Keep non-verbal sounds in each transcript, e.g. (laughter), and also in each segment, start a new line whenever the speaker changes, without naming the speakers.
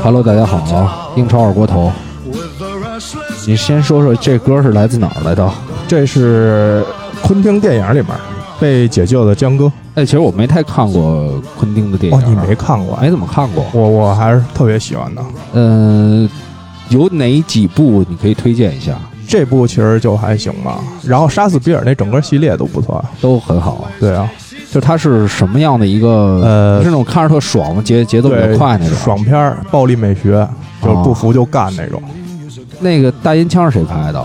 Hello，大家好啊！英超二锅头，你先说说这歌是来自哪儿来的？
这是昆汀电影里面被解救的江哥。
哎，其实我没太看过昆汀的电影，啊哎
哦，你没看过？
没怎么看过。
我我还是特别喜欢的。
嗯、呃，有哪几部你可以推荐一下？
这部其实就还行吧。然后杀死比尔那整个系列都不错，啊
都很好。
对啊。
就它是什么样的一个？
呃，
是那种看着特爽的节节奏比较快那种
爽片儿，暴力美学，就是不服就干那种。
啊、那个大烟枪是谁拍的？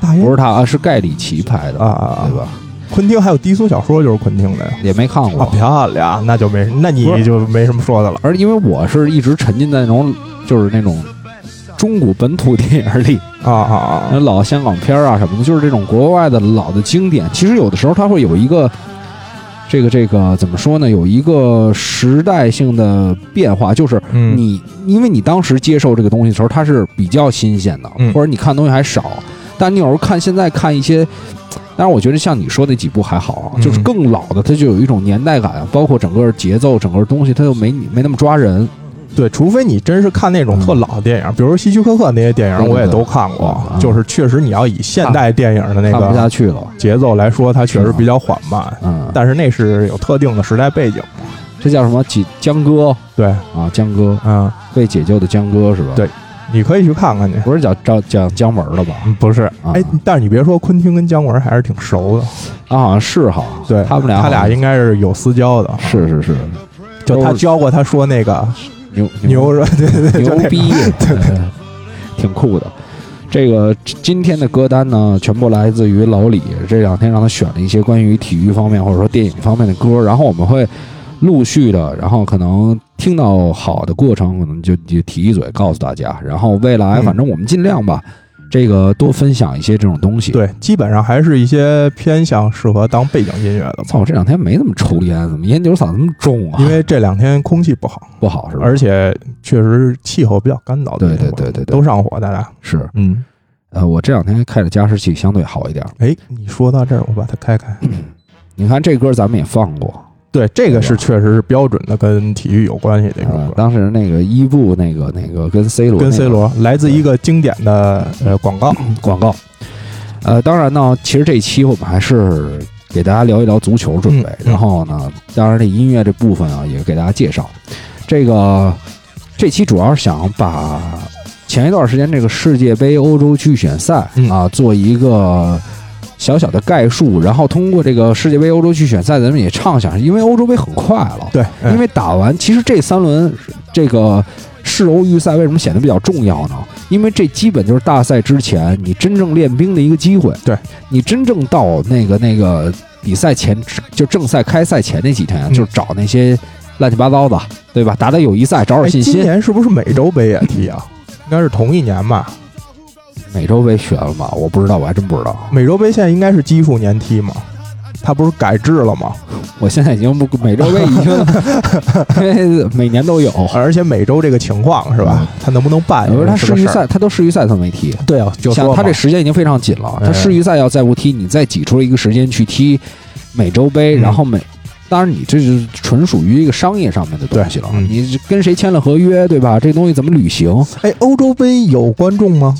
大烟
不是他啊，是盖里奇拍的
啊，
对吧？
昆汀还有低俗小说就是昆汀的呀，
也没看过。
啊、漂亮，那就没，那你就没什么说的了。
而因为我是一直沉浸在那种就是那种中古本土电影里
啊啊啊，
那老香港片啊什么的，就是这种国外的老的经典。其实有的时候它会有一个。这个这个怎么说呢？有一个时代性的变化，就是你、
嗯、
因为你当时接受这个东西的时候，它是比较新鲜的，
嗯、
或者你看东西还少。但你有时候看现在看一些，但是我觉得像你说那几部还好，啊
嗯、
就是更老的，它就有一种年代感，啊包括整个节奏、整个东西，它就没没那么抓人。
对，除非你真是看那种特老的电影，嗯、比如希区柯克那些电影，我也都看过。
对对对啊
就是确实你要以现代电影的那
个不下去了
节奏来说，它确实比较缓慢。
嗯，
但是那是有特定的时代背景。
这叫什么？江江哥？
对
啊，江哥，
嗯，
被解救的江哥是吧？
对，你可以去看看去。
不是叫叫讲姜文了吧？
不是，
啊、
哎，但是你别说，昆汀跟姜文还是挺熟的。
啊，好像是哈，
对
他们俩，
他俩应该是有私交的。
是是是，
就他教过他说那个。
牛
牛
是
(laughs) 对对对，
(laughs) 牛逼，
(laughs) 对对，
(laughs) 挺酷的。这个今天的歌单呢，全部来自于老李。这两天让他选了一些关于体育方面或者说电影方面的歌，然后我们会陆续的，然后可能听到好的过程，可能就就提一嘴告诉大家。然后未来反正我们尽量吧，
嗯、
这个多分享一些这种东西。
对，基本上还是一些偏向适合当背景音乐的。
操，我这两天没怎么抽烟，怎么烟酒嗓子那么重啊？
因为这两天空气不好。
不好是吧？
而且确实气候比较干燥，
对对对对对，
都上火，大家
是
嗯，
呃，我这两天开的加湿器相对好一点。
哎，你说到这儿，我把它开开。
嗯你看这歌咱们也放过，
对，这个是确实是标准的跟体育有关系的一个歌。
呃当时那个伊布那个啊那个跟 C 罗
跟 C 罗来自一个经典的呃广告
广告。呃，当然呢，其实这一期我们还是给大家聊一聊足球准备，然后呢，当然这音乐这部分啊也给大家介绍。这个这期主要是想把前一段时间这个世界杯欧洲区选赛、
嗯、
啊做一个小小的概述，然后通过这个世界杯欧洲区选赛，咱们也畅想，因为欧洲杯很快了，
对，哎
嗯、因为打完其实这三轮这个世欧预赛为什么显得比较重要呢？因为这基本就是大赛之前你真正练兵的一个机会，
对
你真正到那个那个比赛前就正赛开赛前那几天，啊
嗯、
就找那些。乱七八糟的，对吧？打打友谊赛，找找信心。
哎今年是不是美洲杯也踢啊？应该是同一年吧。
美洲杯悬了吗？我不知道，我还真不知
(laughs)
道。
美洲杯现在应该是基数年踢吗？它不是改制了吗？
我现在已经不美洲杯
(laughs)
已经，因为每年都有，
而且美洲这个情况是
嗯
吧？它能不能办？
因为
它
世预赛，它都世预赛，它没踢。
对啊，就哎
像它这时间已经非常紧了，它世预赛要再不踢，你再挤出一个时间去踢美洲杯，
嗯、
然后美。当然，你这是纯属于一个商业上面的东西了。
嗯、
你跟谁签了合约，对吧？这东西怎么履行？
哎，欧洲杯有观众吗？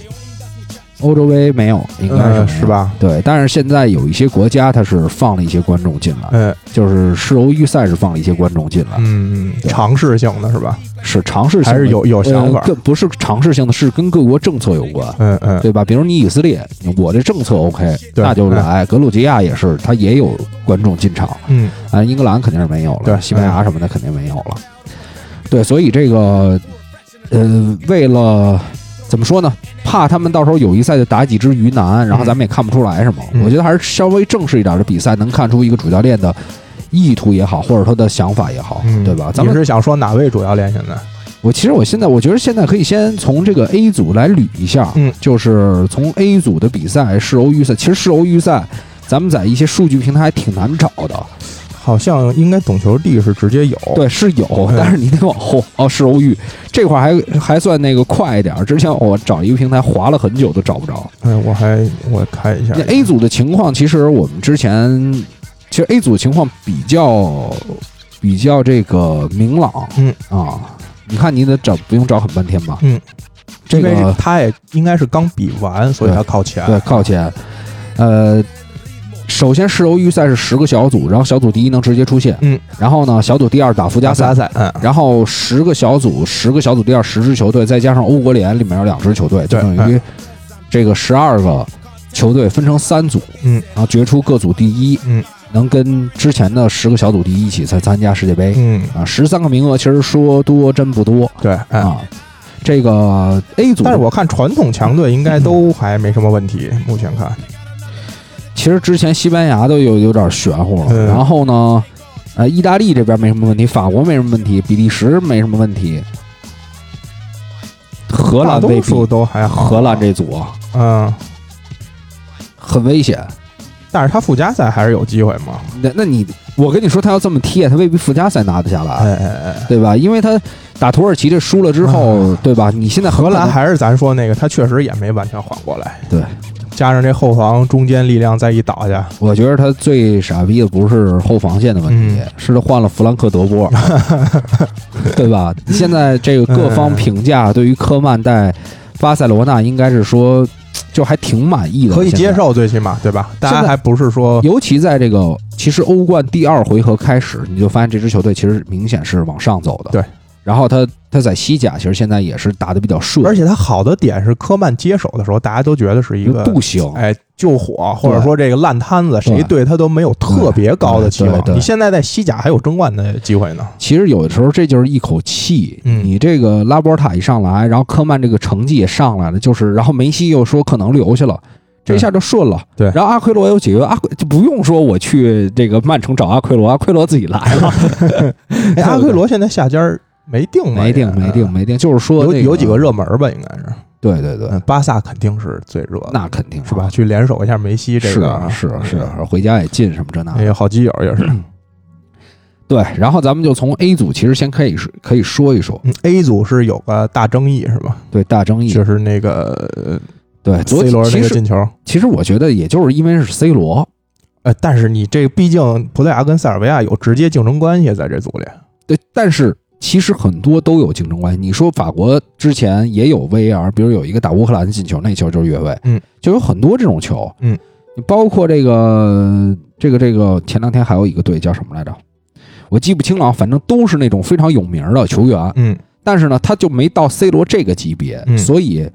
欧洲杯没有，应该是、
嗯、是吧？
对，但是现在有一些国家它是放了一些观众进来，
嗯，
就是世欧预赛是放了一些观众进来，
嗯，尝试性的是吧？
是尝试
还是有有想法？
呃、不是尝试性的，是跟各国政策有关，
嗯嗯，嗯
对吧？比如你以色列，我这政策 OK，那就来。格鲁吉亚也是，它也有观众进场，
嗯。
啊，英格兰肯定是没有了，
对，嗯
西班牙什么的肯定没有了，对，所以这个，呃，为了怎么说呢？怕他们到时候友谊赛就打几只鱼腩，然后咱们也看不出来什么。
嗯
我觉得还是稍微正式一点的比赛，能看出一个主教练的意图也好，或者他的想法也好，
嗯，
对吧？咱
你
们
是想说哪位主教练现在？
我其实我现在我觉得现在可以先从这个 A 组来捋一下，
嗯
就是从 A 组的比赛世欧预赛，其实世欧预赛咱们在一些数据平台还挺难找
哦
的，
好像应该懂球帝是直接有，
对，是有，
嗯
但是你得往后哦，世欧预这块儿还还算那个快一点儿，之前我找一个平台划了很久都找不着。
嗯，我还我看一下
那 A 组的情况，其实我们之前其实 A 组情况比较比较这个明朗，
嗯
啊，你看你得找不用找很半天吧，
嗯，
这
因为
个
他也应该是刚比完，所以他靠前。
对靠前，呃。首先，世欧预赛是十个小组，然后小组第一能直接出线，
嗯，
然后呢，小组第二打附加
加
赛
赛，赛，嗯，
然后十个小组，十个小组第二十支球队，再加上欧国联里面有两支球队，就
对哎
等于这个十二个球队分成三组，
嗯
然后决出各组第一，
嗯，
能跟之前的十个小组第一一起参参加世界杯、
嗯，
啊，十三个名额其实说多真不多
对，嗯。
啊。这个 A 组，
但是我看传统强队应该
嗯
都还没什么问题，目前看，
其实之前西班牙都有有点玄乎了，
嗯
然后呢，呃，意大利这边没什么问题，法国没什么问题，比利时没什么问题，荷
大
兰
多
未必
数。都还好。
荷兰，这组啊
嗯，
很危险。
但是他附加赛还是有机会嘛？
那那你，我跟你说，他要这么踢，他未必附加赛拿得下来，
哎哎哎，
对吧？因为他打土耳其这输了之后，对吧？你现在
荷
荷
兰
兰
还是咱说那个，他确实也没完全缓过来。
对，
加上这后防中间力量再一倒下，
我觉得他最傻逼的不是后防线的问
嗯
题，是他换了弗兰克德
(laughs)
波尔，对吧？现在这个各方评价对于科曼带巴塞罗那应该是说，就还挺满意的，
可以
现在
接。受，最起码对吧？大
现
家
在
还不是说
尤其在这个其实欧冠第二回合开始，你就发现这支球队其实明显是往上走的。
对，
然后他他在西甲其实现在也是打得比较顺，
而且他好的点是科曼接手的时候，大家都觉得是一个
不行。
哎救火，或者说这个烂摊子，
对
谁对他都没有特别高的期
对
望
对。对
你现在在西甲还有争冠的机会呢，
其实有的时候这就是一口气，
嗯
你这个拉波尔塔一上来，然后科曼这个成绩也上来了，就是然后梅西又说可能留下了。这一下就顺了，
对
然后阿奎罗有几个阿奎就不用说我去这个曼城找阿奎罗，阿奎罗自己来了，
哎，阿奎罗现在下家儿 (laughs) 没定吧？
没定
也嗯
没定，没定，就是说
有
那
有几个，热门儿吧，应该是。
对对对，
嗯，巴萨肯定是最热的，
那肯定啊
是吧？？去联手一下梅西这
是
个
啊
啊，
是啊是啊，回家也近什么这那
哎
的。
呦，好基友也是。
对，然后咱们就从 A 组，其实先可以是可以说一说
嗯，A 组是有个大争议是吧？
对大争议，
就是那个
对昨
C 罗那
嗯呃其
个
实
进球。
其实我觉得也就是因为是 C 罗，
呃，但是你这毕竟葡萄牙跟塞尔维亚有直接竞争关系，在这组里，
对，但是其实很多都有竞争关系。你说法国之前也有 VAR，比如有一个打乌克兰的进球，那球就是越位，
嗯，
就有很多这种球，
嗯，
包括这个这个这个前两天还有一个队叫什么来着？我记不清了，反正都是那种非常有名的球员，
嗯，
但是呢，他就没到 C 罗这个级别，
嗯
所以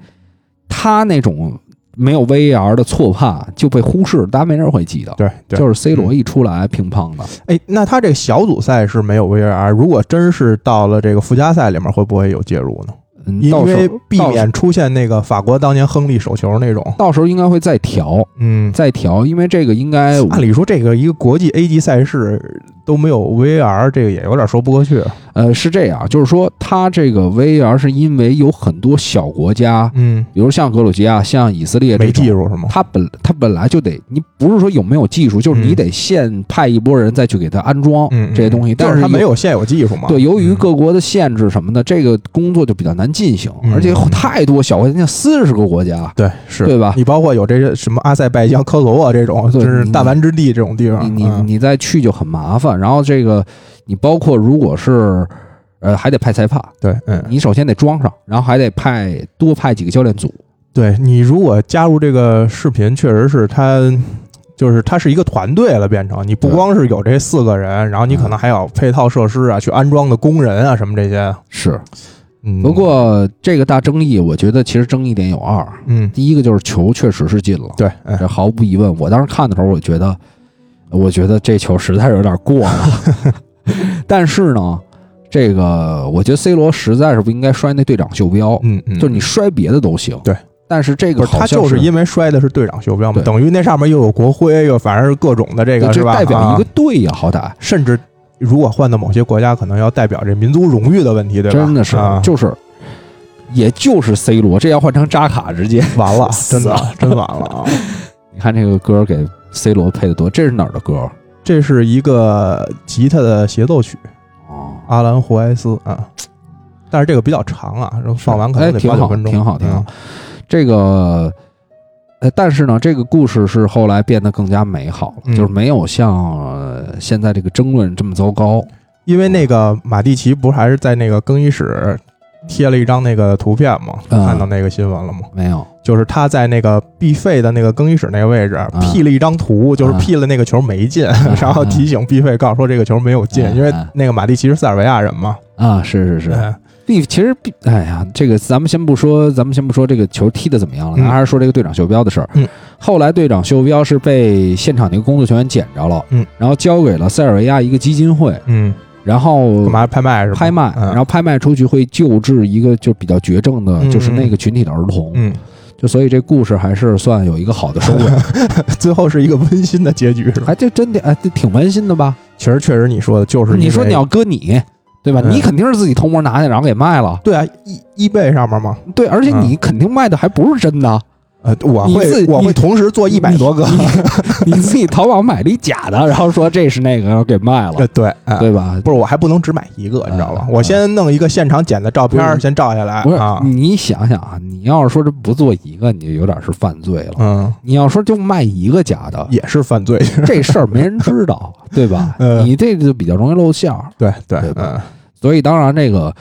他那种没有 VAR 的错判就被忽视，大家没人会记得。
对对。嗯
就是 C 罗一出来，乒乓的，
哎，那他这个小组赛是没有 VAR，如果真是到了这个附加赛里面，会不会有介入呢？
嗯，
因
到时
为
候
避
到时
免出现那个法国当年亨利手球那种。
到时候应该会再调，
嗯，
再调，因为这个应该
按理说这个一个国际 A 级赛事都没有 VAR，这个也有点说不过去。啊
呃是这样，就是说它这个 VAR 是因为有很多小国家，
嗯，
比如像格鲁吉亚、像以色列这
没
种
技，术是吗？
它本它本来就得，你不是说有没有技术，就是你
嗯
得先派一波人再去给它安装
嗯，
这些东西，
就
但
是他没
有。
有现有技术嘛。
对，由于
嗯
各国的限制什么的，这个工作就比较难进行，
嗯
而且有太多小国家，像四十个国家，
对是，
对吧
你包括有这些什么阿塞拜疆、科索沃这种，
对
就是
你
弹丸之地这种地方
你，你
嗯
你再去就很麻烦。然后这个，你包括如果是，呃，还得派裁判，
对，嗯，
你首先得装上，然后还得派多派几个教练组。
对你如果加入这个视频，确实是他。就是它是一个团队了，变成你不
对
光是有这四个人，然后你可能还有配套设施啊，去安装的工人啊什么这些。
是，
嗯，
不过这个大争议，我觉得其实争议点有二。
嗯，
第一个就是球确实是进了，
对，嗯
这毫无疑问。我当时看的时候，我觉得，
(laughs)
我觉得这球实在是有点过了。但是呢，这个我觉得 C 罗实在是不应该摔那队长袖标，
嗯嗯，
就是你摔别的都行，
对。
但是这
不
个
是他
好像
就是
是
因为摔的是队长袖标嘛，
对
等于那上面又有国徽，又反正是各种的
对
这个
就是
吧？
代表一个
啊，
队呀、好歹
甚至如果换到某些国家，可能要代表这民族荣誉的问题，对吧？
真的是
啊、
就是，也就是 C 罗，这要换成扎卡直接，
完了，
死
真的 (laughs)
了
真完了啊！
你看这个歌给 C 罗配的多，这是哪儿的歌？
这是一个吉他的协奏曲，
哦，
阿兰霍埃斯啊，但是这个比较长啊，然后放完可能
哎
得
挺
八九
好
分钟，
挺好挺好
嗯
这个，呃，但是呢，这个故事是后来变得更加美好了，
嗯
就是没有像、呃现在这个争论这么糟糕。
因为那个马蒂奇不是还是在那个更衣室贴了一张那个图片吗？
嗯
看到那个新闻了吗？
没有，
就是他在那个必费的那个更衣室那个位置
啊
P 了一张图，就是 P 了那个球
(laughs)
没进，然后提醒必费告诉说这个球没有进，
嗯
因为那个马蒂奇是塞尔维亚人嘛。
啊，是是是，
嗯
必其实必，哎呀，这个咱们先不说，咱们先不说这个球踢的怎么样了，咱
嗯
还是说这个队长袖标的事儿。
嗯，
后来队长袖标是被现场那个工作人员捡着了，
嗯，
然后交给了塞尔维亚一个基金会，
嗯，
然后
干嘛拍卖是吧？
拍卖，
嗯
然后拍卖出去会救治一个就比较绝症的，
嗯
就是那个群体的儿童。
嗯， (laughs)
就所以这故事还是算有一个好的收尾，
最后是一个温馨的结局是吧？
哎，这真的哎，这挺温馨的吧？
其实确实啊你说的就是因为
你说你要搁你。对吧？
嗯
你肯定是自己偷摸拿去，然后给卖了。
对啊，一一倍上面嘛，
对，而且
嗯
你肯定卖的还不是真的。
呃，我
你自
会
己
我会同时做
你
一百多个，
你 (laughs) 自己淘宝买了一假的，然后说这是那个，然后给卖了
呃，对，啊
对吧？
不是我还不能只买一个，你知道吧？
嗯
我先弄一个现场剪的照片
不
儿
是
先照下来
不是
啊，，
你想想啊，你要是说这不做一个，你就有点是犯罪了。
嗯，
你要说就卖一个假的，
也是犯罪， (laughs)
这事儿没人知道，对吧？
嗯
你这就比较容易露馅儿。
对对
对，吧
嗯。
所以当然这个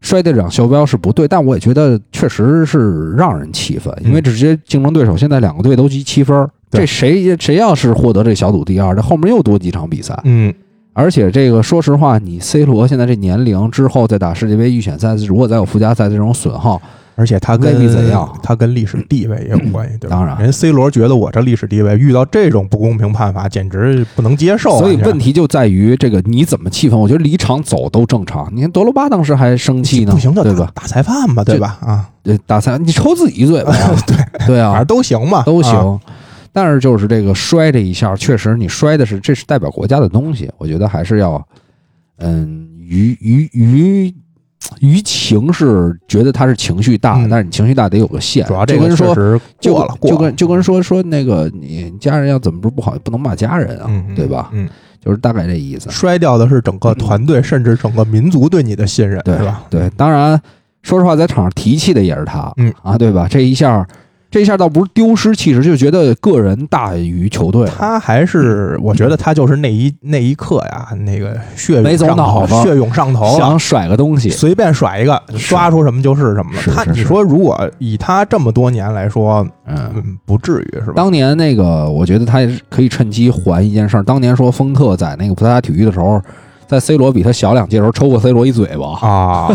摔队长袖标是不对，但我也觉得确实是让人气愤，因为直接竞争对手现在两个队都积七分儿，
嗯对
这谁谁要是获得这小组第二，这后面又多几场比赛。
嗯，
而且这个，说实话，你 C 罗现在这年龄之后再打世界杯预选赛，如果再有附加赛这种损耗，
而且他
未
跟
必怎样
他跟历史地位也有关系，对
呃
吧？
当然
人 C 罗觉得我这历史地位遇到这种不公平判罚，简直不能接受啊。
所以
这
问题就在于这个你怎么气氛？我觉得离场走都正常。你看德罗巴当时还生气呢，
不行就
对
打
吧？
打裁判吧，对吧？啊，
呃，打三你抽自己一嘴巴呀，
(laughs)
对对
反
啊
正，都行嘛，
都
啊。
行。但是就是这个摔这一下，确实你摔的是这是代表国家的东西，我觉得还是要，嗯，于于于于情是觉得他是情绪大，
嗯
但是你情绪大得有个限，
主要这
就
个
跟
确
说
实
就
过了，过
就
了
跟就跟说说那个你家人要怎么不不好，不能骂家人啊，
嗯，嗯
对吧？
嗯，
就是大概这意思。
摔掉的是整个团队，甚至整个民族对你的信任，
对
是吧？
对，当然，说实话，在场上提气的也是他，
嗯
啊，对吧？这一下，这一下倒不是丢失气势，就觉得个人大于球队了。
他还是，
嗯
我觉得他就是那一那一刻呀，那个血
没
涌
走
上
脑子
头，血涌上头了，
想甩个东西，
随便甩一个，
是
刷出什么就是什么了
是。
他
是
你
是
说，如果以他这么多年来说，
嗯。
嗯，不至于是吧？
当年那个，我觉得他也是可以趁机还一件事儿。当年说丰特在那个葡萄牙体育的时候，在 C 罗比他小两届的时候抽过 C 罗一嘴巴。
啊，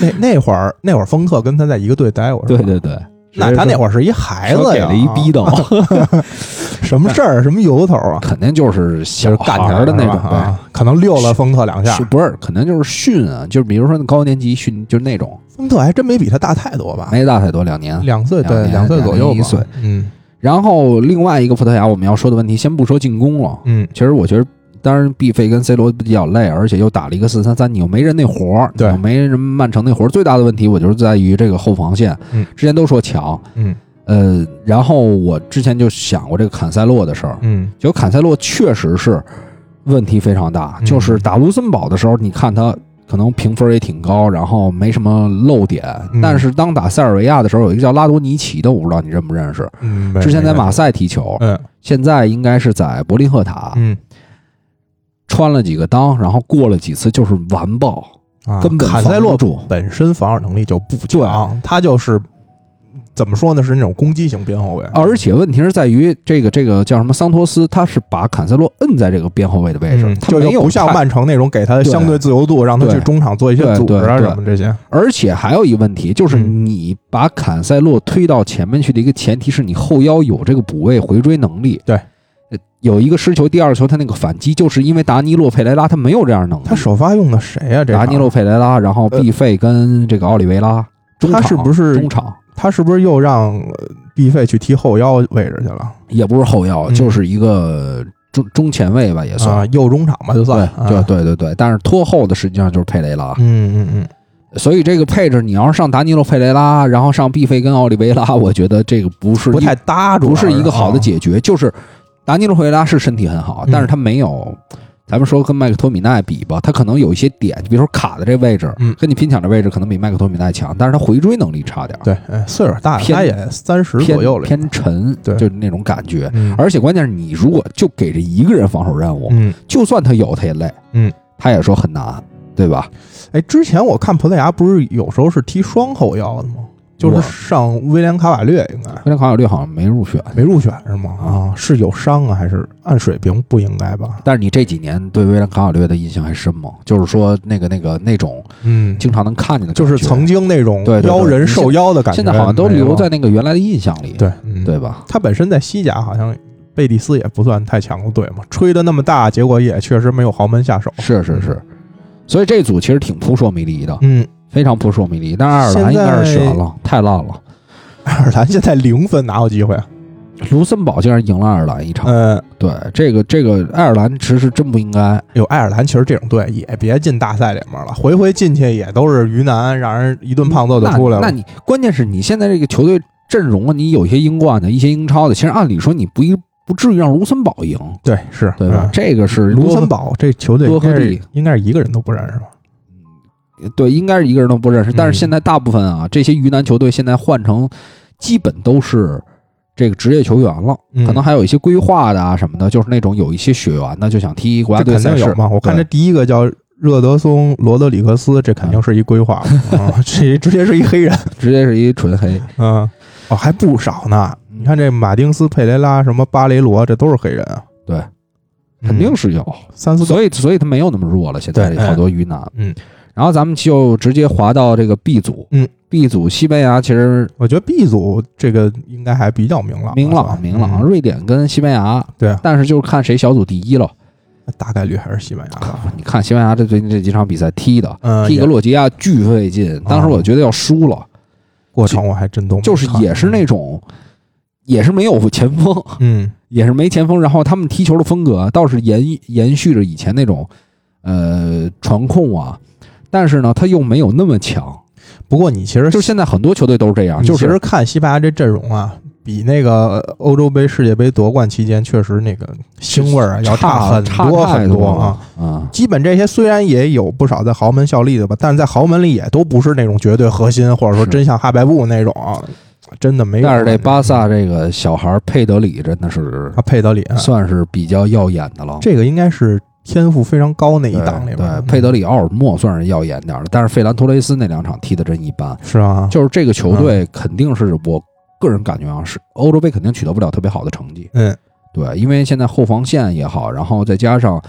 那那会儿那会儿丰特跟他在一个队待过，
对对对，
那他那
儿
会儿是一孩
给
子呀，啊
了一逼斗，
什么事儿，什么由头啊？
肯定就是
就
小
是干
孩
他
儿的那
是吧
种呗。
啊，可能溜了丰特两下
是。不是？可能就是训啊，就是比如说那高年级训，就是那种
丰特还真没比他大太多吧，
没大太多，两年。
两岁，
两
对，
年
两岁
两
左
年
右
一
吧
岁。
嗯
然后另外一个葡萄牙我们要说的问题，先不说进攻了，
嗯，
其实我觉得。当然，B 费跟 C 罗比较累，而且又打了一个四三三，你又没人那活儿，
对
你又没人曼城那活儿。最大的问题，我就是在于这个后防线。
嗯，
之前都说强，
嗯
呃，然后我之前就想过这个坎塞洛的事儿，
嗯
结果坎塞洛确实是问题非常大，
嗯
就是打卢森堡的时候，你看他可能评分也挺高，然后没什么漏点，
嗯
但是当打塞尔维亚的时候，有一个叫拉多尼奇的，我不知道你认不认识，
嗯，没
之前在
没
马赛踢球，
嗯
现在应该是在柏林赫塔，
嗯
穿了几个裆，然后过了几次就是完爆，
啊
根本
坎塞
防
洛
不住。
本身防守能力就不强，啊他就是怎么说呢，是那种攻击型边后卫，
而且问题是在于这个这个叫什么桑托斯，他是把坎塞洛摁在这个边后卫的位置，
嗯
他
就
没
又
有
不像
太
曼城那种给他相对自由度，让他去
对
中场做一些组织
对
啊
对
什么这些。
而且还有一个问题，就是
嗯
你把坎塞洛推到前面去的一个前提是你后腰有这个补位回追能力。
对
呃，有一个失球，第二球他那个反击，就是因为达尼洛·佩雷拉他没有这样能力。
他首发用的谁呀、这
达尼洛·佩雷拉，然后
呃
毕费跟这个奥利维拉，中
他
场
是不是
中场？
他是不是又让毕费去踢后腰位置去了？
也不是后腰，
嗯
就是一个中中前卫吧，也
啊
算。，
右中场吧，就算。
对，对
啊
对对对，但是拖后的实际上就是佩雷拉，
嗯嗯嗯，
所以这个配置你要是上达尼洛·佩雷拉，然后上毕费跟奥利维拉，我觉得这个不是
不
一
太搭住，
不是一个好的
啊。
解决。就是达尼洛·佩雷拉是身体很好，
嗯
但是他没有，咱们说跟麦克托米奈比吧，他可能有一些点，比如说卡的这位置，
嗯
跟你拼抢的位置可能比麦克托米奈强，但是他回追能力差点儿，
对，哎岁数大了，
偏
他也三十
偏
左右了。
偏沉，
对
就是那种感觉。
嗯，
而且关键是你如果就给这一个人防守任务，
嗯，
就算他有他也累，
嗯，
他也说很难，对吧？
哎，之前我看葡萄牙不是有时候是踢双后腰的吗？就是
我
上威廉卡瓦略应该
威廉卡瓦略好像没入选，
没入选是吗？啊，是有伤啊，还是按水平不应该吧？
但是你这几年对威廉卡瓦略的印象还深吗？就是说那个那个那种
嗯，
经常能看见的
就
感觉，
是曾经那种
对对对
妖人受妖的感觉，
现在好像都
没有
留在那个原来的印象里，
对嗯
对吧？
他本身在西甲好像贝蒂斯也不算太强的队嘛，吹的那么大，结果也确实没有豪门下手。
是是是，所以这组其实挺扑朔迷离的，
嗯，
非常扑朔迷离。但是爱尔兰应该是
现在
悬了，太烂了。
爱尔兰现在零分哪有机会啊？
卢森堡竟然赢了爱尔兰一场，
嗯，
对这个这个爱尔兰其实真不应该，
有爱尔兰其实这种队也别进大赛里面了，回回进去也都是鱼腩，让人一顿胖揍就出来
那那
了。
你关键是你现在这个球队阵容啊，你有一些英冠的，一些英超的，其实按理说你不一不至于让卢森堡赢，
对，是
对吧？
嗯
这个是
卢森
多
堡这球队应该
多
是
赫蒂
应该是一个人都不认识吧？
对，应该是一个人都不认识。但
嗯
是现在大部分啊，这些鱼腩球队现在换成基本都是。这个职业球员了，
嗯
可能还有一些规划的啊什么的，就是那种有一些血缘的，就想踢国家
这
队
肯
赛
定
事
有嘛？我看
对
这第一个叫热德松罗德里格斯，这肯定是一规划
嗯
啊，这直接是一黑人。
直接是一纯黑。
嗯，哦，还不少呢。
嗯
你看这马丁斯、佩雷拉、什么巴雷罗，这都是黑人啊。
对
嗯，
肯定是有，
三四个。
所以所以他没有那么弱了。现在
对
好多鱼腩，
嗯，
然后咱们就直接滑到这个 B 组，
嗯
，B 组西班牙其实
我觉得 B 组这个应该还比较明朗啊，
明
是吧
朗明朗，
嗯
瑞典跟西班牙，
对啊
但是就是看谁小组第一了。
大概率还是西班牙吧。
你看西班牙这最近这几场比赛踢的，
嗯，
踢
也啊
格
嗯
洛吉亚巨费劲，当时我觉得要输了，
过程我还真都没
就是
看
也是那种，也是没有前锋， (laughs)
嗯
也是没前锋，然后他们踢球的风格倒是延延续着以前那种，呃，传控啊，但是呢，他又没有那么强。
不过你其实
就现在很多球队都是这样，
你
就
啊其实
是
看西班牙这阵容啊，比那个呃欧洲杯、世界杯夺冠期间确实那个腥味儿啊要
差
很
差
多
太
很多啊。
了啊。
基本这些虽然也有不少在豪门效力的吧，但是在豪门里也都不是那种绝对核心，或者说
是
真像哈白布那种，啊真的没有。啊
但是这巴萨这个小孩佩德里真的是
啊，佩德里啊，
算是比较耀眼的了。
这个应该是天赋非常高那一
对
档里边。嗯
对，佩德里、奥尔莫算是耀眼点儿的，但是费兰托雷斯那两场踢的真一般。
是啊，
就是这个球队肯定是我个人感觉啊，是欧洲杯肯定取得不了特别好的成绩。
嗯
对，因为现在后防线也好，然后再加上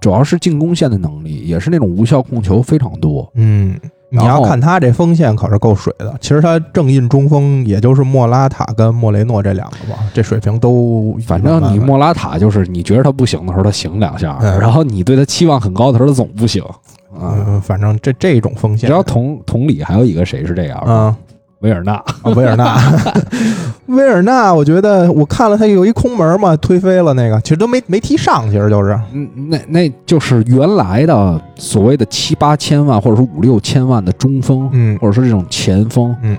主要是进攻线的能力，也是那种无效控球非常多。
嗯。你
然
要
后
看他这锋线可是够水的，其实他正印中锋也就是莫拉塔跟莫雷诺这两个吧，这水平都一
反
般般
正你
吧
莫拉塔就是你觉得他不行的时候，他行两下，
嗯
然后你对他期望很高的时候，他总不行。啊，
嗯，反正这这种锋
你
线，
知道同同理还有一个谁是这样吗？
嗯，
维尔纳，
啊，维尔纳，
(laughs)
维尔纳，我觉得我看了他有一空门嘛，推飞了那个，其实都没没踢上，其实就是，
嗯，那那就是原来的所谓的七八千万或者说五六千万的中锋，
嗯，
或者说这种前锋，
嗯，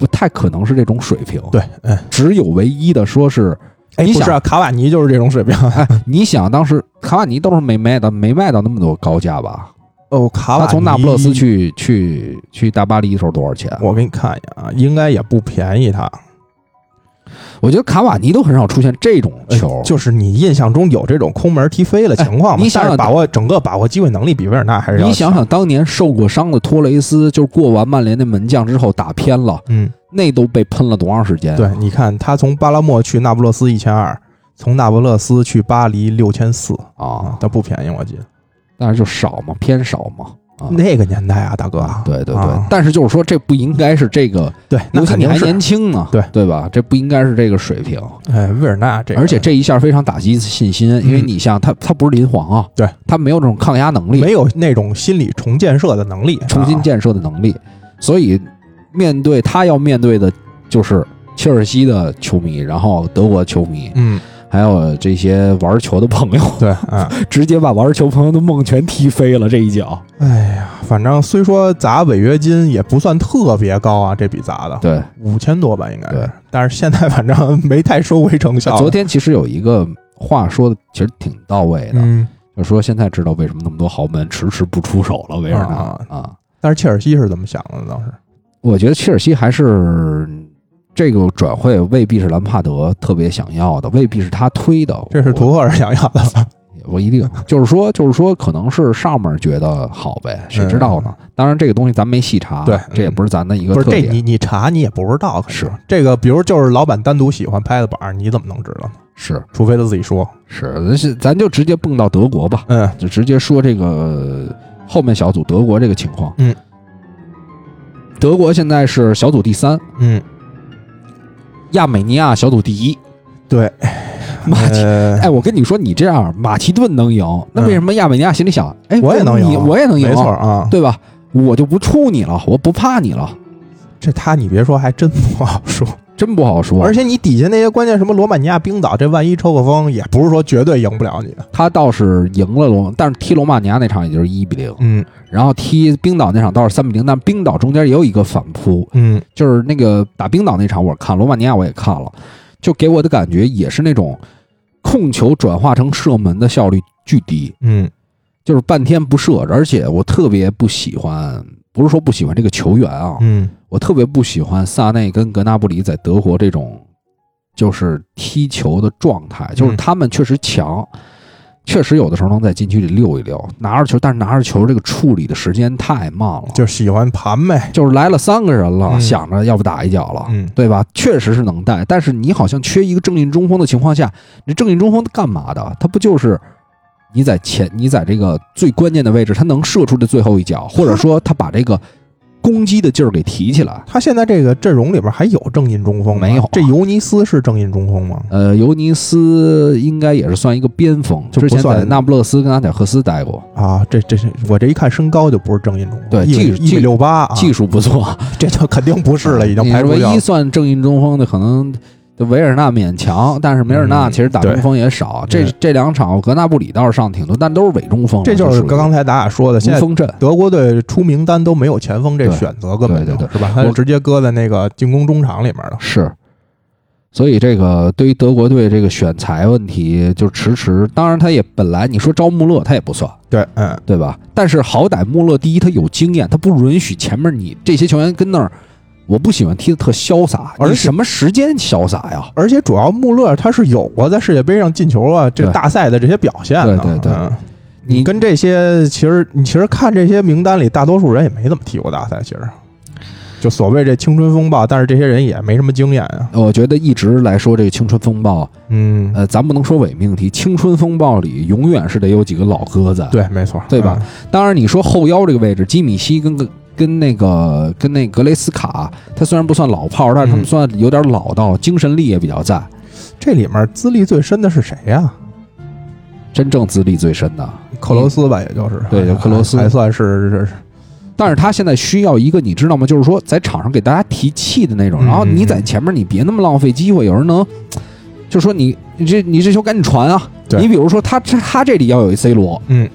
不太可能是这种水平。
对，嗯，
只有唯一的说是，
哎，
你
不是
想
啊卡瓦尼就是这种水平，
哎，你想当时卡瓦尼都是没卖的，没卖到那么多高价吧？
哦，卡瓦
他
尼
从那不勒斯，去去去大巴黎的时候多少钱？
我给你看一眼啊，应该也不便宜他，
我觉得卡瓦尼都很少出现这种
呃
球，
就是你印象中有这种空门踢飞了情况吗？
哎你想想
但是把握整个把握机会能力比维尔纳还是哎要，
你想想，，当年受过伤的托雷斯，就是过完曼联的门将之后打偏了，
嗯，
那都被喷了多长时间？啊
对，你看他从巴拉莫去那不勒斯一千二，从那不勒斯去巴黎六千四
啊，
但不便宜，我记得。
但是就少嘛，偏少嘛。啊。
那个年代啊，大哥，
嗯对对对，
啊
但是就是说，这不应该是这个，
对，那
尤其
肯
你
定
还
是
年轻呢，
对
对吧？这不应该是这个水平，
哎，维尔纳这个，
而且这一下非常打击信心，因为
嗯
你像他，他不是林皇啊，
对，
他没有这种抗压能力，
没有那种心理重建设的能力，
重新
啊
建设的能力，所以面对他要面对的就是切尔西的球迷，然后德国球迷，
嗯，
还有这些玩球的朋友，
对，嗯，
(laughs) 直接把玩球朋友的梦全踢飞了这一脚。
哎呀，反正虽说砸违约金也不算特别高啊，这笔砸的
对，
五千多吧，应该
对啊
是，但是现在反正没太收回成效。
昨，天其实有一个话说的其实挺到位的，
嗯，
就说现在知道为什么那么多豪门迟迟不出手了，维尔纳啊
啊但是切尔西是怎么想的？当时，
我觉得切尔西还是。这个转会未必是兰帕德特别想要的，未必是他推的，
这是
我
图赫尔想要的，
我一定就是说，就是说，可能是上面觉得好呗，谁知道呢？当然，这个东西咱没细查，
嗯对
这也不是咱的一个
不是
特
这
点。
你你查你也不知道，肯定
是
这个，比如就是老板单独喜欢拍的板儿，你怎么能知道呢？
是
除非他自己说。
是，咱是咱就直接蹦到德国吧，
嗯，
就直接说这个后面小组德国这个情况。
嗯，
德国现在是小组第三，
嗯，
亚美尼亚小组第一。
对，
马其，
呃
(laughs) 哎，我跟你说，你这样马其顿能赢，那为什么亚美尼亚心里想，哎，
嗯我也能
你
赢，
我也能赢，
没错，啊。
对吧？我就不怵你了，我不怕你了，
这他你别说，还真不好说。
真不好说。
而且你底下那些关键什么罗马尼亚、冰岛，这万一抽个风，也不是说绝对赢不了你的。
他倒是赢了罗，但是踢罗马尼亚那场也就是一比零，
嗯
然后踢冰岛那场倒是三比零，但冰岛中间也有一个反扑，
嗯，
就是那个打冰岛那场我看，罗马尼亚我也看了，就给我的感觉也是那种控球转化成射门的效率巨低，
嗯
就是半天不射，而且我特别不喜欢，不是说不喜欢这个球员啊，
嗯，
我特别不喜欢萨内跟格纳布里在德国这种就是踢球的状
嗯
态，就是他们确实强，确实有的时候能在禁区里溜一溜，拿着球，但是拿着球这个处理的时间太慢了，
就是喜欢盘呗。
就是来了三个人了，
嗯
想着要不打一脚了。
嗯，
对吧？确实是能带，但是你好像缺一个正印中锋的情况下，你正印中锋干嘛的？他不就是你在前，你在这个最关键的位置，他能射出这最后一脚，
嗯
或者说他把这个攻击的劲儿给提起来。
他现在这个阵容里边还有正印中锋吗？
没有啊
这尤尼斯是正印中锋吗？
呃，尤尼斯应该也是算一个边锋，
就
之
不
前在
算
那不勒斯跟阿贾克斯待过，
啊，这这是我这一看身高就不是正印中锋，
对
一
技
米一米六八啊，
技术不错，
这就肯定不是了， (laughs) 已经
你
排除
唯
掉
一
了。
算正印中锋的可能。维尔纳勉强，但是梅尔纳
嗯
其实打中锋也少。这
对
这两场格纳布里倒是上挺多，但都是伪中锋了。啊
这就是
属于
刚刚才咱俩说的，现
无
在
锋阵。
德国队出名单都没有前锋这
对
选择，根本
对
就
对对
是吧？他
我
就直接搁在那个进攻中场里面了。
是，所以这个对于德国队这个选材问题就迟迟，当然他也本来你说招穆勒他也不算，
对，嗯，
对吧？但是好歹穆勒第一他有经验，他不允许前面你这些球员跟那儿，我不喜欢踢的特潇洒，
而
你
且
什么时间潇洒呀？
而且主要穆勒他是有过在世界杯上进球啊，这
对
大赛的这些表现的。
对对对
嗯
你
你跟这些其实你其实看这些名单里，大多数人也没怎么踢过大赛，其实就所谓这青春风暴，但是这些人也没什么经验啊。
我觉得一直来说这个青春风暴，
嗯，
呃，咱不能说伪命题，青春风暴里永远是得有几个老哥在。，
对，没错，嗯
对吧当然你说后腰这个位置，基米希跟个。跟那个跟那格雷斯卡，他虽然不算老炮儿，但是他们
嗯
算有点老道，精神力也比较在。
嗯？这里面资历最深的是谁啊呀、
真正资历最深的，
克罗斯吧，也就是
对就克罗斯
还算是是是
但是他现在需要一个，你知道吗？就是说在场上给大家提气的那种，
嗯
然后你在前面你别那么浪费机会，有人能，就说你你这你这球赶紧传啊！
对
你比如说他这他这里要有一 C 罗，
嗯，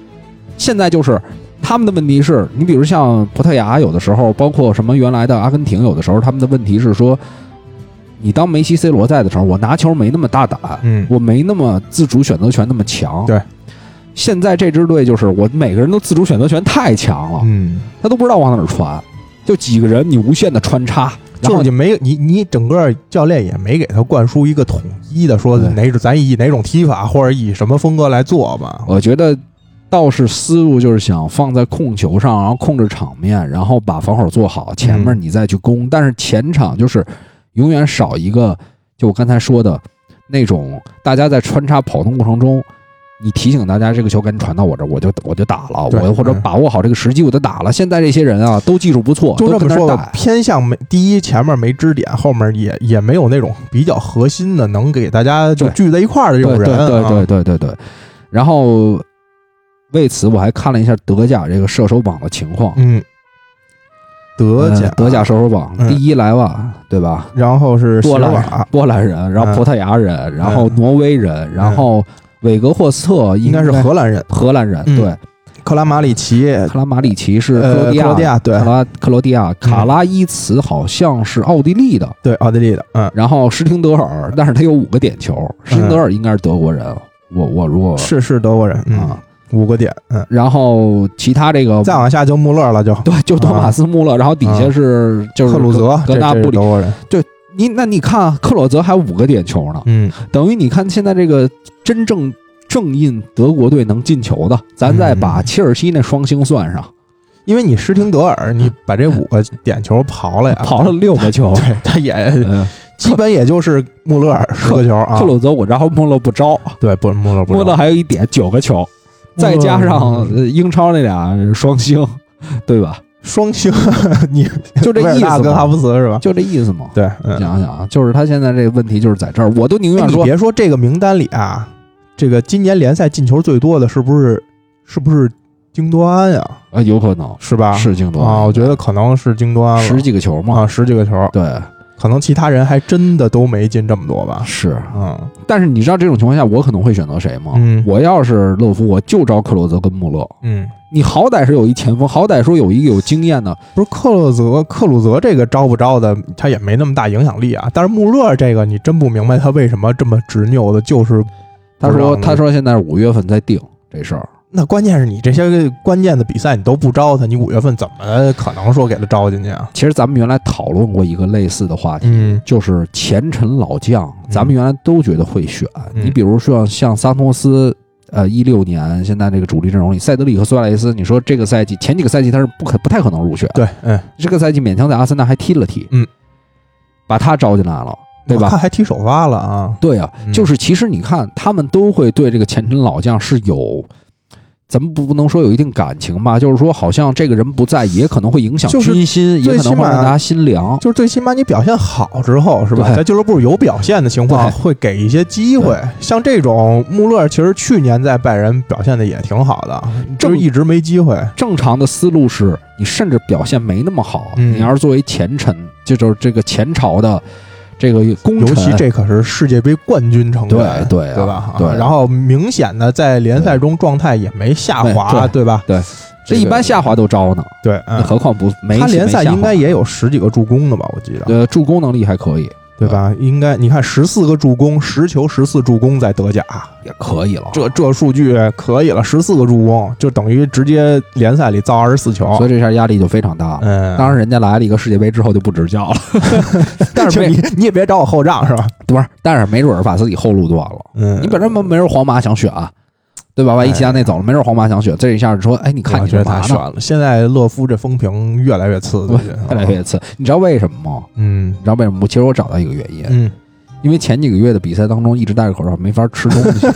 现在就是他们的问题是你比如像葡萄牙有的时候，包括什么原来的阿根廷，有的时候他们的问题是说，你当梅西 C 罗在的时候，我拿球没那么大胆，
嗯，
我没那么自主选择权那么强。
对，
现在这支队就是我每个人都自主选择权太强了，
嗯，
他都不知道往哪儿传，就几个人你无限的穿插，然
就是
后
你没你你整个教练也没给他灌输一个统一的说
对
哪种咱以哪种踢法或者以什么风格来做吧。
我觉得倒是思路就是想放在控球上，然后控制场面，然后把防守做好，前
嗯
面你再去攻，但是前场就是永远少一个，就我刚才说的那种大家在穿插跑动过程中。你提醒大家这个球赶紧传到我这儿，我就我就打了，
对
我或者
嗯
把握好这个时机，我就打了。现在这些人啊，都技术不错，
就
都
这
跟那
么
儿
说
打
吧，偏向没第一前面没支点，后面也也没有那种比较核心的能给大家就
对
聚在一块儿的这种
对
人啊。
对对对对对对。然后为此我还看了一下德甲这个射手榜的情况，
嗯，德甲
呃德甲，射手榜、
嗯
第一莱万，对吧？
然后是
波兰人
瓦，
波兰人，然后
嗯
葡萄牙人，然后挪威人，然后韦格霍斯特
应该是荷兰人，
荷兰人，
嗯
对，
克拉马里奇，
克拉马里奇是克
呃
罗地
克
亚，
罗地亚对嗯
克拉克罗地亚，卡拉伊茨好像是奥地利的，
对，奥地利的，嗯，
然后施廷德尔，但是他有五个点球，施廷德尔应该是德国人，我我如果
是是德国人，嗯
啊，，
五个点，嗯，
然后其他这个
再往下就穆勒了，就
对，就多马斯穆勒，然后底下是就是
克鲁泽，啊
格
这
纳
这
布
是
里
德。国人，
你那你看啊克鲁泽还有五个点球呢，
嗯，
等于你看现在这个真正正印德国队能进球的，咱再把
嗯
切尔西那双星算上，
因为你施廷德尔，你把这五个点球刨了呀，
跑嗯了六个球。
啊 (laughs) 对，他也
嗯，
基本也就是穆勒尔十个球啊
克，鲁泽我然后穆勒不招，
对，不穆勒不
穆
知道
勒还有一点九个球，再加上
啊
呃英超那俩双星，对吧？
双星， (laughs) 你
(laughs) 就这
维尔
意
纳
思
跟哈
嘛，
弗茨是吧？
就这意思嘛。
对，嗯，
想想啊，就是他现在这个问题就是在这儿，我都宁
哎
愿
你
说
别说这个名单里啊，这个今年联赛进球最多的是不是是不是京多安呀？
啊，有可能
是吧？
是京多
啊，我觉得可能是京多安了
十几个球嘛，
啊，十几个球，
对，
可能其他人还真的都没进这么多吧。
是。
嗯
但是你知道这种情况下，我可能会选择谁吗？
嗯
我要是勒夫，我就招克罗泽跟穆勒。
嗯，
你好歹是有一前锋，好歹说有一个有经验的，
不是克洛泽，克鲁泽这个招不招的，他也没那么大影响力啊。但是穆勒这个，你真不明白他为什么这么执拗的，就是
他
不让嗯
说
呢
他说现在是五月份再定这事儿，
那关键是你这些关键的比赛你都不招他，你五月份怎么可能说给他招进去啊？
其实咱们原来讨论过一个类似的话题，
嗯
就是前尘老将，咱们原来都觉得会选。
嗯
你比如说像桑托斯，呃，一六年现在这个主力阵容里，塞德里和苏亚雷斯，你说这个赛季前几个赛季他是不可不太可能入选，
对，嗯，
这个赛季勉强在阿森纳还踢了踢，
嗯，
把他招进来了，对
我
吧？
看还踢首发了啊，
对啊，
嗯
就是其实你看，他们都会对这个前尘老将是有。咱们不不能说有一定感情吧，就是说，好像这个人不在，也可能会影响
就是
军心，也
最
可能
起
会让
码
大家心凉。
就是最起码你表现好之后是吧？
对
在俱乐部有表现的情
对
况，会给一些机会。像这种穆勒，其实去年在拜仁表现的也挺好的，就
正
是一直没机会。
正常的思路是，你甚至表现没那么好，
嗯
你要是作为前臣，这就是这个前朝的这个功
尤
臣，
其这可是世界杯冠军成员，
对对啊
对吧？
对啊
然后明显的在联赛中状态也没下滑，
对
对吧？
对这一般下滑都招呢，
对，
那
嗯，
何况不没
他联赛应该也
有
有十几个助攻的吧？我记得，
呃助攻能力还可以，
对吧？应该你看十四个助攻，十球十四助攻在德甲，
也可以了。
这这数据可以了，十四个助攻就等于直接联赛里造二十四球。
所以这下压力就非常大了。
哦嗯，
当然，人家来了一个世界杯之后就不执
(laughs)
教了，但是
就
没
(laughs) 你你也别找我后账是吧？
不是，但是没准儿把自己后路断了。
嗯，哎
你本身没没人皇马想选，啊对吧？万一齐达内走了，没准儿皇马想选，这一下说，哎，你看
我
你
觉
这
得
嘛
他
呢
选了。哦现在勒夫这风评越来越次，最近啊
越来越次。你知道为什么吗？
嗯
你知道为什么？其实我找到一个原因，
嗯
因为前几个月的比赛当中一直戴着口罩，没法吃东
(laughs)
西，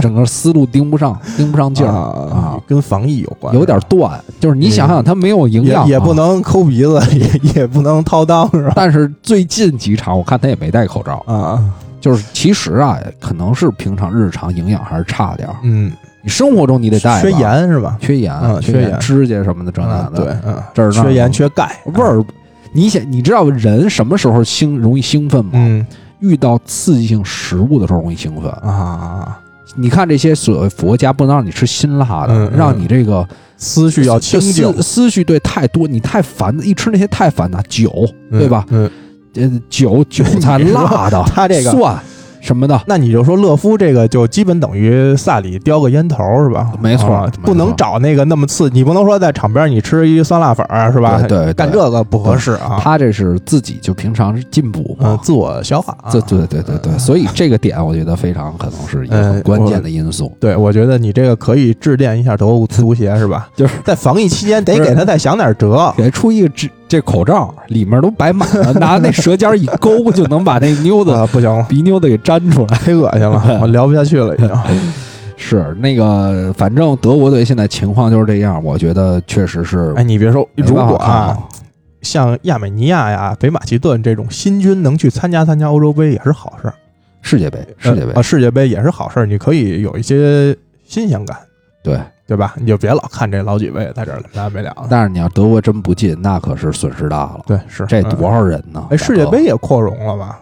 整个思路盯不上，盯不上劲儿，
啊，跟防疫有关，
有点断。就是你想想，它没有营
嗯也
养、啊
也不。能抠鼻子，也也不能掏裆是吧？
但是最近几场我看他也没戴口罩，
啊，
就是其实啊，可能是平常日常营养还是差点儿。
嗯，
你生活中你得戴吧，
缺盐是吧？
缺盐，
嗯
缺
缺盐嗯
指甲什么的这那
啊，对
的，，
嗯，
这儿那儿
缺盐缺钙啊
味，儿。你想，你知道人什么时候兴容易兴奋吗？
嗯
遇到刺激性食物的时候容易兴奋。
啊，
你看这些所谓佛家不能让你吃辛辣的，
嗯嗯
让你这个
思绪要清静，
思思绪对太多，你太烦，一吃那些太烦的酒，
嗯
对吧？？
嗯，
呃，酒
(laughs)
韭菜
你说
辣的，
他这个
蒜什么的，
那你就说勒夫这个就基本等于萨里叼个烟头是吧？
没错
啊
没错
不能找那个那么刺，你不能说在场边你吃一酸辣粉儿是吧？
对对对
(laughs) 干这个不合适啊。
他这是自己就平常是进补
嗯
嘛，。
自我消化啊。
这对对对对，所以这个点我觉得非常可能是一个很
嗯
关键的因素。
对，我觉得你这个可以致电一下德国足协是吧？
就是
在防疫期间得
不是
给他再想点辙。
给出一个这这口罩里面都摆满了，拿那舌尖一勾 (laughs) 就能把那妞子
啊，不行了，
鼻妞子给粘出来。 (laughs)
忒恶心了，我聊不下去了已经。
是那个，反正德国队现在情况就是这样，我觉得确实是
哎，你别说，
没
如
办法
果
看
啊
好，
像亚美尼亚呀、北马其顿这种新军能去参加参加欧洲杯也是好事儿，
世界杯，世界杯
呃啊，，世界杯也是好事儿，你可以有一些新鲜感，
对。
对吧？你就别老看这老几位在这儿没完没了的。
但是你要德国真不进，那可是损失大了。
对，是
这
嗯
多少人呢？
哎，世界杯也扩容了吧？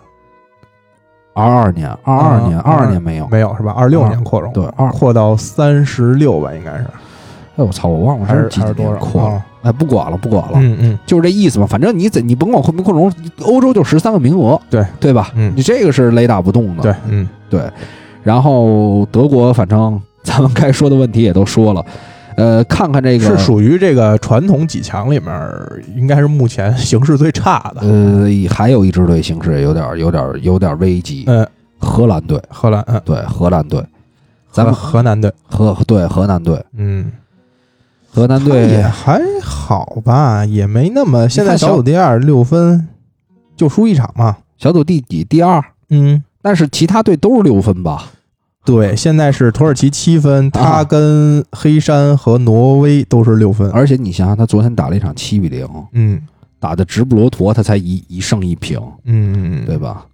二二年，二二年，
嗯
啊二二年没有。
没有是吧？二
啊
六年扩容，
对，二，
扩到三十六吧，应该是
哎我操，我忘了
还
是
是
几
还
几
是多
年
少？
扩了。
啊
哎，不管了，不管了，
嗯嗯，
就是这意思嘛。反正你怎你甭管扩没扩容，欧洲就十三个名额，
对
对吧？
嗯
你这个是雷打不动的。
对，嗯
对，然后德国，反正咱们该说的问题也都说了，呃，看看这个
是属于这个传统几强里面儿，应该是目前形势最差的。
呃，还有一支队形势有点、有点、有点危机，
嗯，
荷兰队，
荷兰，嗯，
对，荷兰队，咱们
河南队，
荷对荷兰队，
嗯，
荷兰
他也
队
还好吧，也没那么。现在
小
小组第二六分，就输一场嘛。
小组第几？第二，
嗯，
但是其他队都是六分吧？
对，现在是土耳其七分，
啊
他跟黑山和挪威都是六分。
而且你想想，他昨天打了一场七比零，
嗯
打的直布罗陀，他才一一胜一平，
嗯，
对吧？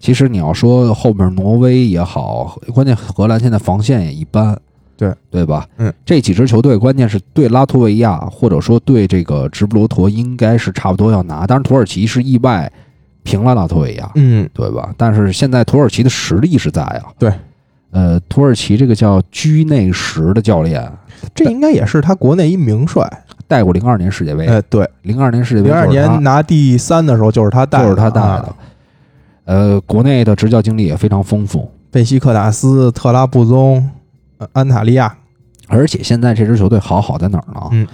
其实你要说后面挪威也好，关键荷兰现在防线也一般，
对
对吧？
嗯，
这几支球队关键是对拉脱维亚或者说对这个直布罗陀应该是差不多要拿，当然土耳其是意外平了拉脱维亚，
嗯，
对吧？但是现在土耳其的实力是在啊，
对，
呃，土耳其这个叫居内什的教练
这应该也是他国内一名帅。
带过零二年世界杯，
呃，对，
零二、年世界杯
零二
就是他
年拿第三的时候就是他带，
就是他带
啊
的。呃，国内的执教经历也非常丰富，
贝西克塔斯、特拉布宗、呃安塔利亚。
而且现在这支球队好好在哪儿呢？
嗯，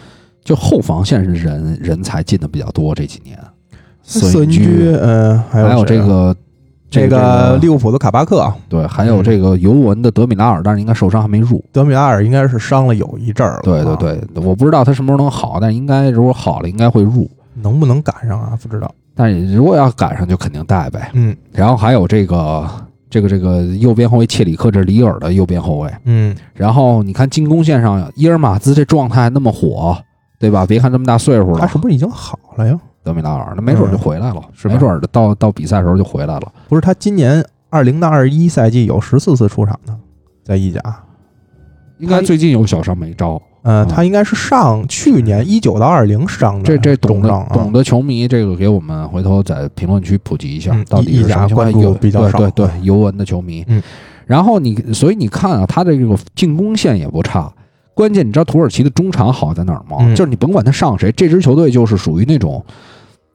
就后防线是人人才进的比较多这几年，
瑟
索因
恩居，
居，
嗯，还
还有
有谁
这
啊
个
这
个
个嗯利物浦的卡巴克，啊
对，还有这个尤文的德米拉尔，但是应该受伤还没入。
德米拉尔应该是伤了有一阵儿了。
对对
啊，
对，我不知道他什么时候能好，但是应该如果好了，应该会入。
能不能赶上啊？不知道。
但是如果要赶上，就肯定带呗。
嗯
然后还有这个这个这个右边后卫切里克，这是里尔的右边后卫。
嗯，
然后你看进攻线上，伊尔马兹这状态那么火，对吧？别看这么大岁数
他
了
是，不是已经好了呀？
德米拉尔，那没准就回来了，
嗯是吧
没准儿到到比赛时候就回来了。
不是，他今年二零到二一赛季有十四次出场呢，在意甲。
应该最近有小伤没招，
呃，
嗯
他应该是上去年一九到二零上的
这这懂
重
的、
伤啊，
懂的球迷，这个给我们回头在评论区普及一下，
嗯
到底
意
是什么情
意甲
况？
关注
有
比较少
对对对，尤文的球迷。
嗯，
然后你所以你看啊，他的这个进攻线也不差。关键你知道土耳其的中场好在哪儿吗？
嗯
就是你甭管他上谁，这支球队就是属于那种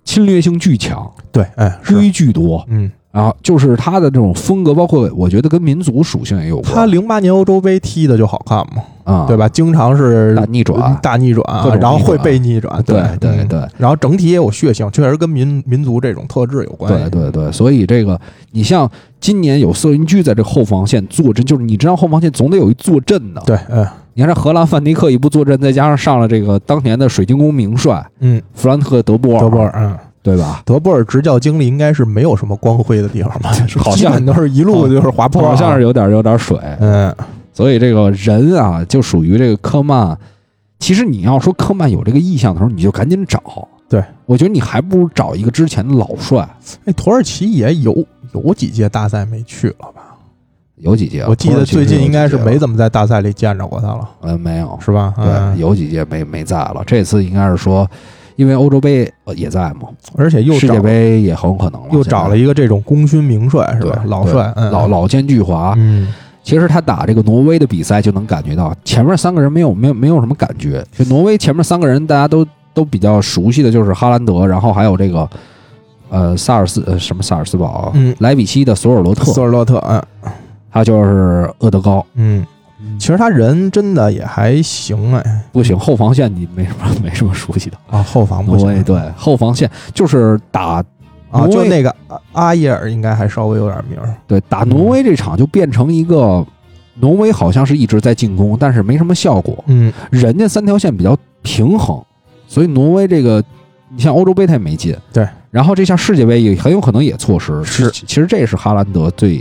侵略性巨强、
对，哎，是，
追剧多，
嗯，
然后就是他的这种风格，包括我觉得跟民族属性也有
他
关
零八年欧洲杯踢的就好看嘛，
啊，
对吧？经常是
大逆转
嗯大逆转啊
各种，逆转
然后会被逆转，
对对
嗯
对
然后整体也有血性，确实跟民民族这种特质有关
对
系。
对对，所以这个你像今年有瑟云居在这后防线坐镇，就是你知道后防线总得有一坐镇的。
对，嗯
你看这荷兰范迪克一不坐镇，再加上上了这个当年的水晶宫名帅
嗯，
弗兰特德波尔，
德波尔，嗯，
对吧？
德波尔执教经历应该是没有什么光辉的地方吧？
(laughs) 好像
(laughs) 基本都是一路就是滑坡啊，
好像是有点有点水，
嗯，
所以这个人啊，就属于这个科曼。其实你要说科曼有这个意向的时候，你就赶紧找。
对，
我觉得你还不如找一个之前的老帅，
哎，土耳其也有有几届大赛没去了吧？
有几届啊？
我记得最近应该是没
么，
怎么在大赛里见着过他了，
呃，没有，
是吧？
对，
嗯，
有几届没没在了。这次应该是说，因为欧洲杯呃也在嘛，
而且又
世
找
界杯也很有可能了，
又找了
一
一个这种功勋名帅，是吧？老帅，嗯，
老老奸巨猾。
嗯，
其实他打这个挪威的比赛就能感觉到，前面三个人没有没有没有什么感觉。就挪威前面三个人，大家都都比较熟悉的就是哈兰德，然后还有这个呃萨尔斯呃什么萨尔斯堡啊，
嗯
莱比锡的索尔罗特，
索尔洛特，嗯
还有就是厄德高。
嗯，其实他人真的也还行哎，
不行，后防线你没什么没什么熟悉的。
啊，后防不
挪威
行
对后防线就是打
啊，
挪
就
威
那个阿阿耶尔应该还稍微有点名儿，
对，打挪威这场就变成一个，挪威好像是一直在进攻，但是没什么效果。
嗯，
人家三条线比较平衡，所以挪威这个，你像欧洲杯他也没进，
对，
然后这项世界杯也很有可能也错失。
是
其，其实这是哈兰德最，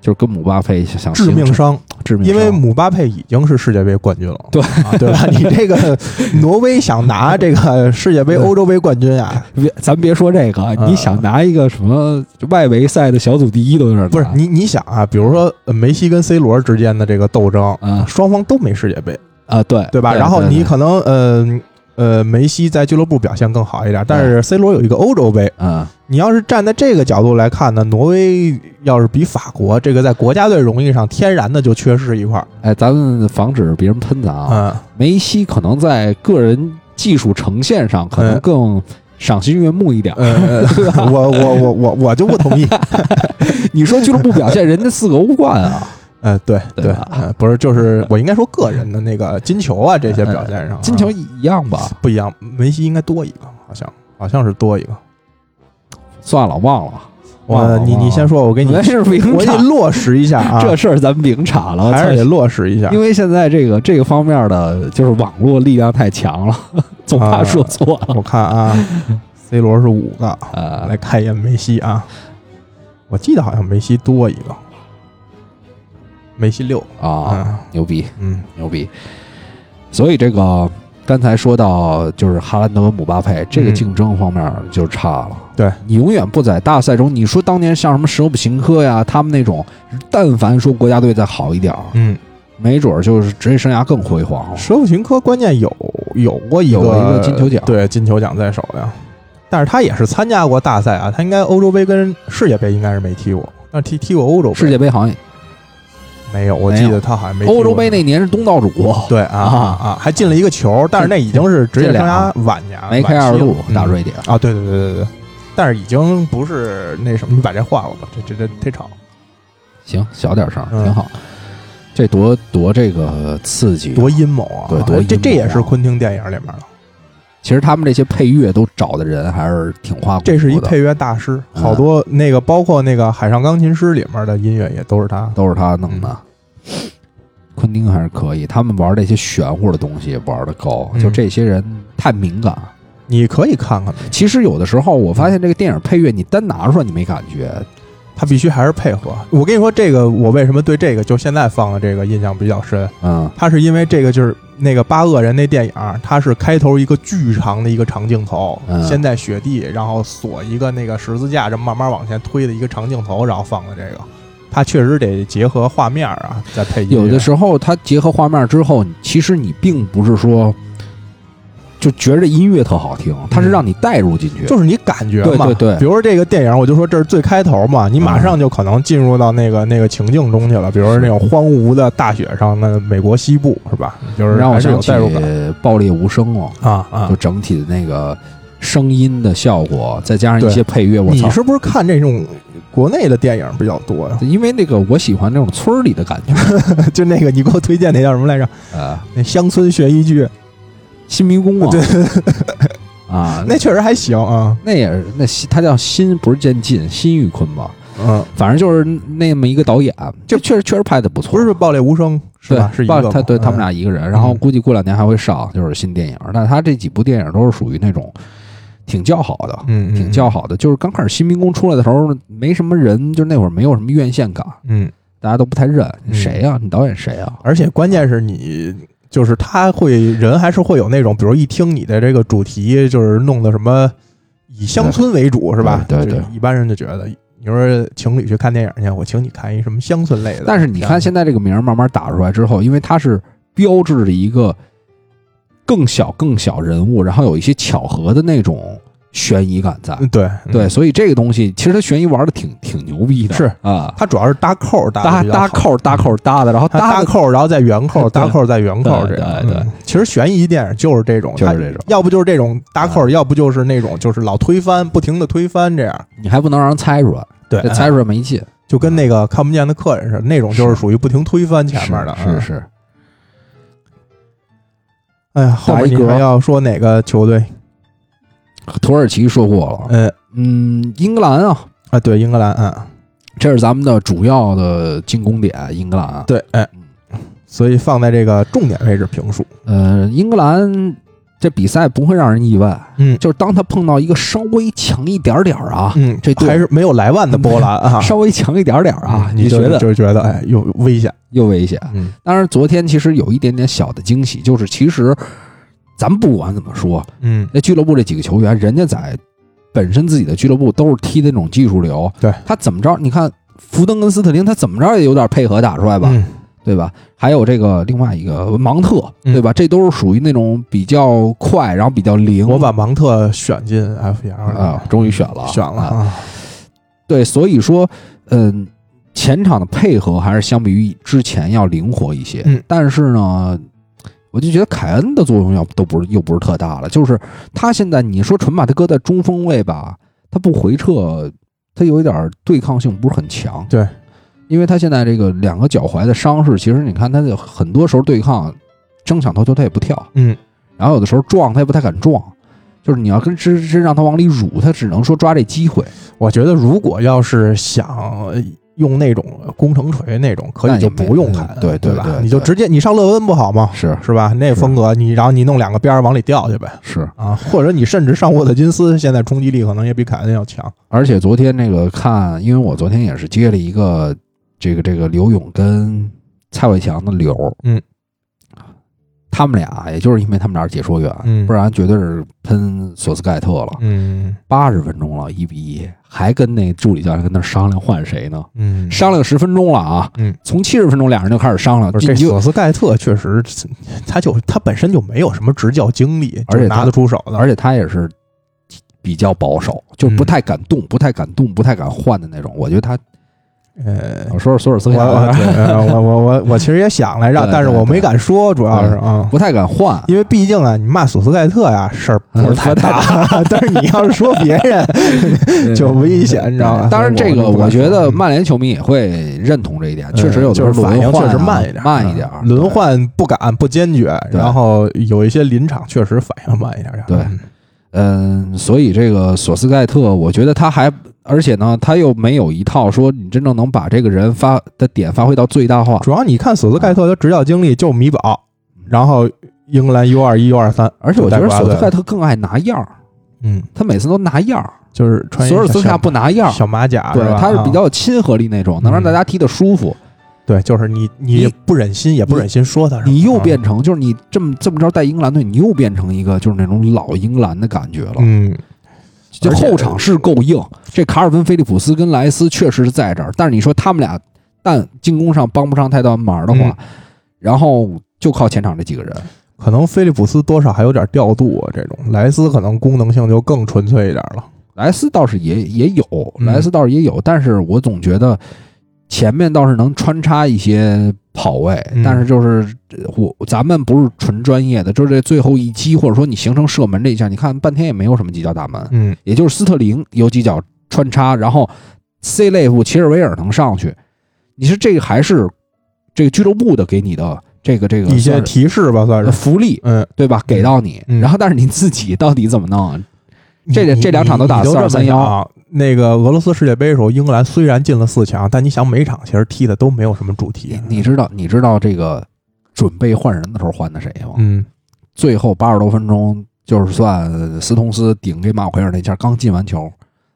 就是跟姆巴佩想
致命
形成
伤，
致命
因
伤，
为姆巴佩已经是世界杯冠军了，
对
啊对吧？你这个挪威想拿这个世界杯、
对
欧洲杯冠军啊，
别咱别说这个啊，
嗯
你想拿一个什么外围赛的小组第一都有点难
不是你你想啊，比如说呃梅西跟 C 罗之间的这个斗争，
啊
双方都没世界杯，
啊，对
对吧？然后
对
你
对
可能呃呃，梅西在俱乐部表现更好一点，但是 C 罗有一个欧洲杯，
嗯，
你要是站在这个角度来看呢，挪威要是比法国，这个在国家队荣誉上天然的就缺失一块儿，
哎，咱们防止别人喷咱啊。
嗯，
梅西可能在个人技术呈现上可能
嗯
更赏心悦目一点。
呃，
(laughs)
呃我我我我我就不同意。
你说俱乐部表现，人家四个欧冠啊，
呃，对
对
对
吧，
呃不是，就是我应该说个人的那个金球啊，这些表现上，
金球一样吧？
不一样，梅西应该多一个，好像好像是多一个。
算了，忘了，忘了
呃，你
忘了
你先说，我给你
我，是明
(laughs) 我给
查
你，落实一下啊，
这事儿咱们明查了，
还是啊
操
得落实一下
因。为现在这个这个方面的就是网络力量太强了，总怕说错了。
我看啊，C 罗是五个，
呃，
来看一眼梅西啊，我记得好像梅西多一个，梅西六
啊，
啊，
牛逼
嗯
牛逼！所以这个刚才说到就是哈兰德和姆巴佩这个
嗯
竞争方面就差了。
对
你永远不在大赛中，你说当年像什么舍甫琴科呀，他们那种，但凡说国家队再好一点儿，
嗯，
没准儿就是职业生涯更辉煌了。
舍甫琴科关键有有过一个
有过一个金球奖
对金球奖在手呀，但是他也是参加过大赛啊，他应该欧洲杯跟世界杯应该是没踢过，但是踢踢过欧洲杯
世界杯好像
没有，我
没
记
有
得他好像没踢过
欧洲杯那年是东道主，
对啊
啊
啊，还进了一个球，但是那已经是职业生涯晚年
梅开二度打
瑞。
瑞典。
啊，对对对对对，但是已经不是那什么，你把这换了吧，这这这忒吵，
行，小点声，
嗯
挺好。这多多这个刺激，
多阴谋啊！
对多阴谋啊
这这也是昆汀电影里面的，
其实他们这些配乐都找的人还是挺花骨
这是一
头的
配乐大师，
嗯
好多那个包括那个《海上钢琴师》里面的音乐也都是他。
都是他弄的。昆汀还是可以，他们玩这些玄乎的东西玩的高，
嗯
就这些人太敏感。
你可以看看，
其实有的时候我发现这个电影配乐，你单拿出来你没感觉，
他必须还是配合。我跟你说，这个我为什么对这个就现在放的这个印象比较深，
嗯
他是因为这个就是那个八恶人那电影，它是开头一个巨长的一个长镜头，
嗯
先在雪地，然后锁一个那个十字架，这么慢慢往前推的一个长镜头，然后放的这个，它确实得结合画面啊，再配音乐。
有的时候它结合画面之后，你其实你并不是说就觉着音乐特好听，它是让你带入进去。
嗯就是你感觉嘛，
对对对
比如说这个电影，我就说这是最开头嘛，你马
嗯
上就可能进入到那个那个情境中去了，比如说那种荒芜的大雪上的美国西部，是吧？就是
让我
还是
想
有
起
代入感
《爆裂无声》了，
啊啊
就！整体的那个声音的效果，再加上一些配乐，我
你
操！
是不是看这种国内的电影比较多 (laughs) 呀？
因为那个我喜欢那种村儿里的感觉，
就那个你给我推荐那叫什么来着？
呃，
那乡村悬疑剧，
新迷宫嘛，
对
(laughs) 啊，
那确实还行啊。
那也是那新，他叫新不是渐进，新玉坤吧，
嗯，
反正就是那么一个导演，就确实确实拍的不错，
不是爆裂无声是
对
吧？是一
爸
个嗯
他对他们
俩
俩一个人，然后估计过两年还会上就是新电影，但他这几部电影都是属于那种挺叫好的，
嗯
挺叫好的，就是刚开始新民工出来的时候没什么人，就那会儿没有什么院线感，
嗯，
大家都不太认
嗯
谁呀、你导演谁啊呀、
而且关键是你。就是他会人还是会有那种，比如一听你的这个主题，就是弄的什么以乡村为主是吧？
对对对
就是一般人就觉得，你说情侣去看电影去，我请你看一什么乡村类的。
但是你看现在这个名儿慢慢打出来之后，因为它是标志着一个更小更小人物，然后有一些巧合的那种悬疑感在。
嗯对嗯
对，所以这个东西其实它悬疑玩的挺挺牛逼的，
是
啊，
它主要是搭扣搭
搭
得比较
搭
好
扣搭扣搭的，然后
它
嗯搭
搭
的
扣，然后再圆扣，
对
搭扣再圆扣，
对
这样。
对对
嗯其实悬疑电影就是这种，
就是
它
这种嗯
要不就是这种搭扣，要不就是那种就是老推翻，不停的推翻这样。嗯
你还不能让人猜出来，
对
这，猜出来没劲。
就跟那个看不见的客人似的，那种就是
嗯是
属于不停推翻前面的。
是
嗯
是是，
哎呀，后面
打一
你
嗝
还要说哪个球队？
土耳其说过了，
呃
嗯，英格兰啊，
啊，对，英格兰啊，
这是咱们的主要的进攻点，英格兰啊。
对，哎，所以放在这个重点位置评述。
呃，英格兰这比赛不会让人意外，
嗯
就是当他碰到一个稍微强一点点儿啊，
嗯，
这队
还是没有莱万的波
(laughs)
兰啊，嗯
稍微强一点点儿啊，
你
就
就
觉得
就觉得哎，有危险，
又危险。
嗯
当然，昨天其实有一点点小的惊喜，就是其实咱不管怎么说，
嗯
那俱乐部这几个球员，人家在本身自己的俱乐部都是踢那种技术流，
对
他怎么着？你看福登跟斯特林，他怎么着也有点配合打出来吧，
嗯
对吧？还有这个另外一个芒特，
嗯
对吧？这都是属于那种比较快，然后比较灵。
我把芒特选进 FPL 了
啊，终于选了，
选了
啊
啊，
对，所以说，嗯，前场的配合还是相比于之前要灵活一些。
嗯
但是呢，我就觉得凯恩的作用要都不是又不是特大了，就是他现在你说纯把他搁在中锋位吧，他不回撤，他有一点儿对抗性不是很强。
对，
因为他现在这个两个脚踝的伤势，其实你看他有很多时候对抗争抢头球他也不跳，
嗯
然后有的时候撞他也不太敢撞。就是你要跟真真让他往里辱，他只能说抓这机会。
我觉得如果要是想用那种工程锤那种，可
那
以
也
就
没
不用砍，
嗯对对
吧
对？对
你就直接你上勒温不好吗？
是
是吧？那
是
风格你，然后你弄两个边儿往里掉去呗，
是，
啊，或者你甚至上沃特金斯，现在冲击力可能也比凯恩要强。
而且昨天那个看，因为我昨天也是接了一个这个这个刘勇跟蔡伟强的流，
嗯，
他们俩也就是因为他们俩是解说员，
嗯
不然绝对是喷索斯盖特了。
嗯
八十分钟了，一比一，还跟那助理教练跟那儿商量换谁呢？
嗯
商量十分钟了啊，
嗯，
从七十分钟俩人就开始商量，
不是
进
这
球
索斯盖特确实，他就他本身就没有什么执教经历，
而且
就
他
拿得出手的，
而且他也是比较保守，就是不
嗯
太敢动、不太敢动、不太敢换的那种。我觉得他，
呃，
我说说索尔斯啊
我
克亚
我对 (laughs) 我我我我其实也想来让，
对
但是
对
我
对
没敢说，主要是啊。
不太敢换，
因为毕竟啊，你骂索斯盖特呀，事儿不是太大， (laughs) 但是你要是说别 (laughs) 人就危险，你知道吗？
当然，
所
这
以
个
就不敢
我觉
说
得
嗯
曼联球迷也会认同这一点，确实有的时
就
候
是反应
轮换啊
确实慢一点，
慢一点
嗯，轮换不敢不坚决，
对
然后有一些临场确实反应慢一点儿。
对嗯，所以这个索斯盖特，我觉得他还，而且呢，他又没有一套说你真正能把这个人发的点发挥到最大化，
主要你看索斯盖特他执教经历就米堡，
嗯
然后英格兰 U 二一 U 二三，
而且我觉得索斯盖
特，
特更爱拿样儿，
嗯，
他每次都拿样儿，
就是穿一
索尔斯克亚
小
不拿样儿，
小马甲，
对，
吧
他是比较
啊
有亲和力那种，能让
嗯
大家踢得舒服。
对，就是你你
你
不忍心也不忍心说他什么，
你又
啊
变成就是你这么这么着带英格兰队，你又变成一个就是那种老英格兰的感觉了。
嗯，
就
而且
后场是够硬，这卡尔文、菲利普斯跟莱斯确实是在这儿，但是你说他们俩，但进攻上帮不上太大忙的话，
嗯
然后就靠前场这几个人。
可能菲利普斯多少还有点调度啊，这种莱斯可能功能性就更纯粹一点了。
莱斯倒是也也有，
嗯
莱斯倒是也有，但是我总觉得前面倒是能穿插一些跑位，
嗯
但是就是呃我咱们不是纯专业的，就是这最后一击或者说你形成射门这一下，你看半天也没有什么几脚打门，
嗯，
也就是斯特林有几脚穿插，然后 C 类布齐尔维尔能上去。你说这个还是这个俱乐部的给你的这个这个
一些
算是
提示吧，算
呃
是。
福利，
嗯，
对吧？给到你，
嗯
然后但是你自己到底怎么弄？啊这
你
这两场都打
你你这么
4231
想那个俄罗斯世界杯的时候，英格兰虽然进了四强，但你想每场其实踢的都没有什么主题
你。你知道你知道这个准备换人的时候换的谁吗？
嗯，
最后八十多分钟，就是算斯通斯顶这马奎尔那下，刚进完球，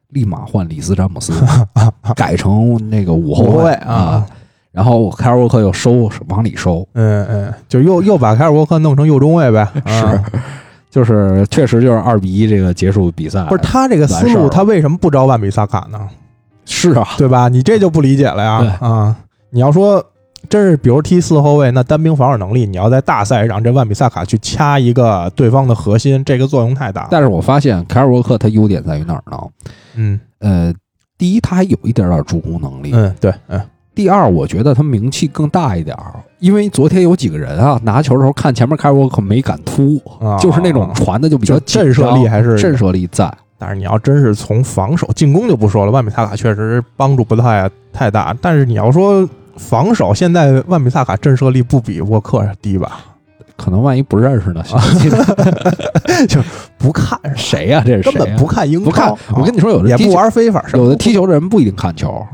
立马换里斯詹姆
(laughs)
斯，改成那个五后
后卫
啊
啊。
然后凯尔沃克又收往里收，
嗯嗯，就又又把凯尔沃克弄成右中卫呗。啊
就是确实就是二比一这个结束比赛。
不是他这个思
完事儿
路，
了
他为什么不招万比萨卡呢？
是啊，
对吧？你这就不理解了呀
对
啊！你要说真是，比如踢四后卫，那单兵防守能力，你要在大赛让这万比萨卡去掐一个对方的核心，这个作用太大。
但是我发现凯尔沃克他优点在于哪儿呢？
嗯
呃，第一他还有一点点助攻能力，
嗯，对，嗯
第二我觉得他名气更大一点儿，因为昨天有几个人啊拿球的时候看前面凯尔沃克没敢突，
啊
就是那种传的就比较
就
紧
震慑力
张
还是
震慑力在。
但是你要真是从防守、进攻就不说了，万比萨卡确实帮助不太太大。但是你要说防守，现在万比萨卡震慑力不比沃克低吧？
可能万一不认
(laughs)
识呢，谁
不看，
谁呀、这是谁
根
呀、啊
本不看英超，啊
不看。我跟你说，有
也
的踢
不
球，
玩非法，什么
有的踢球的人不一定看球啊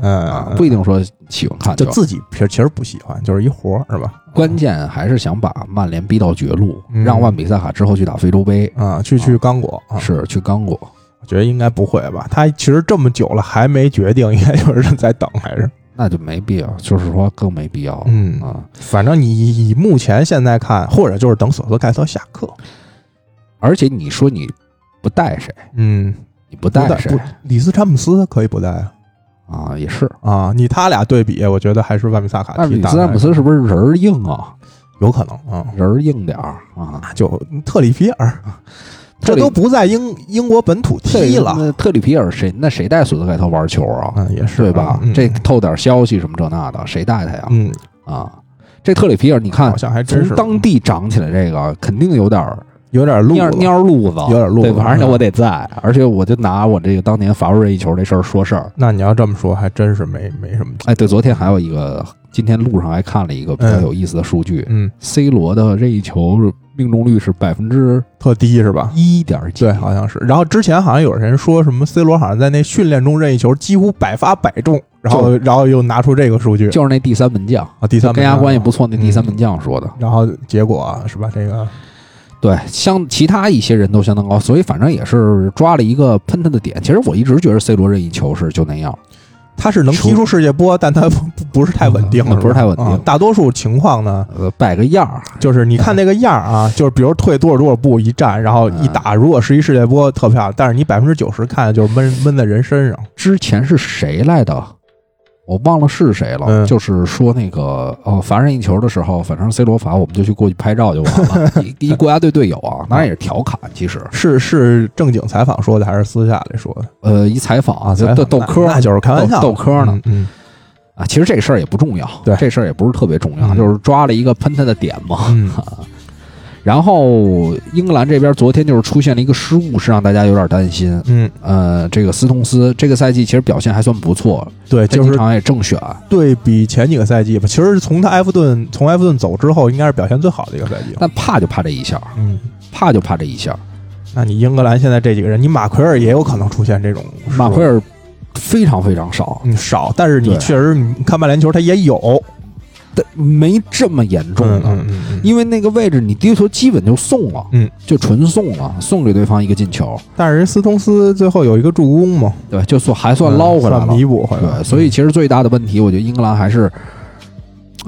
嗯，，
不一定说喜欢看
就
球。
自己其实其实不喜欢，就是一活儿是吧？
关键还是想把曼联逼到绝路，
嗯
让万比萨卡之后去打非洲杯，
啊，去去刚果啊，
是去刚果。
我觉得应该不会吧？他其实这么久了还没决定， (laughs) 应该就是在等还是？
那就没必要，就是说更没必要了、
嗯，
啊。
反正你以以目前现在看，或者就是等索斯盖特下课，
而且你说你不带谁，
嗯，
你不
不
带谁
不，里斯詹姆斯可以不带啊
啊，也是。
啊！你他俩对比，我觉得还是万比萨卡
但是
踢
里
大
斯
牌
詹姆斯是不是人儿硬啊？
有可能啊，
人儿硬点儿啊，
就特里皮尔，这都不在英英国本土
特里
踢了，
那特里皮尔谁？那谁带索斯盖特玩球啊？
嗯，也是
对吧？
嗯
这透点消息什么这那的，谁带他呀？
嗯，
啊，这特里皮尔，你看
好像还真
啊从
是
当地长起来，这个肯定有点儿
有点路
蔫
子
蔫路子，
有点路子
对吧？而且
嗯
我得在，而且我就拿我这个当年法布瑞一球这事儿说事儿。
那你要这么说，还真是没没什么。
哎，对，昨天还有一个，今天路上还看了一个比较
嗯
有意思的数据、
嗯，
c 罗的这一球命中率是百分之
特低是吧？
一点几，
对，好像是。然后之前好像有人说什么 C 罗好像在那训练中任意球几乎百发百中，然后然后又拿出这个数据
就是那第三门将，
啊，第三
跟家
门
关系
将嗯
不错那第三门将说的。
然后结果啊是吧？这个
对，相其他一些人都相当高，所以反正也是抓了一个喷他的点。其实我一直觉得 C 罗任意球是就那样，
他是能踢出世界波，但他不不不是太稳定
嗯，不是太稳定
啊大多数情况呢，
呃，摆个样儿，
就是你看那个样儿啊，就是比如退多少多少步一站，
嗯
然后一打，如果是一世界波特漂亮，但是你百分之九十看就是闷闷在人身上。
之前是谁来的？我忘了是谁了，
嗯
就是说那个哦，罚任意球的时候，反正 C 罗罚，我们就去过去拍照就完
(laughs)
了。一一国家队队友啊，当然也是调侃，其实
是是正经采访说的还是私下里说的？
呃，一采访啊，就
采
逗
访
逗
那
嗑
哎那
儿
就是开玩笑
逗逗嗑呢
嗯嗯
啊。其实这事儿也不重要，
对
这事儿也不是特别重要，
嗯
就是抓了一个喷他的点嘛。 (laughs)
嗯，
然后英格兰这边昨天就是出现了一个失误，是让大家有点担心。
嗯，
呃，这个斯通斯这个赛季其实表现还算不错，
对，
这
就
几
是
场也正选。
对比前几个赛季吧。其实从他埃弗顿从埃弗顿走之后，应该是表现最好的一个赛季了。
但怕就怕这一下，
嗯，
怕就怕这一下。
那你英格兰现在这几个人，你马奎尔也有可能出现这种失误
马奎尔非常非常少，
嗯少，但是你
对
确实你看曼联球他也有
但没这么严重
嗯
的。
嗯嗯嗯，
因为那个位置，你丢球基本就送了，
嗯，
就纯送了，送给对方一个进球，
但是人斯通斯最后有一个助攻嘛，
对吧，就算还算捞回来
嗯
了
算，弥补回来了。嗯
对，所以其实最大的问题，我觉得英格兰还是，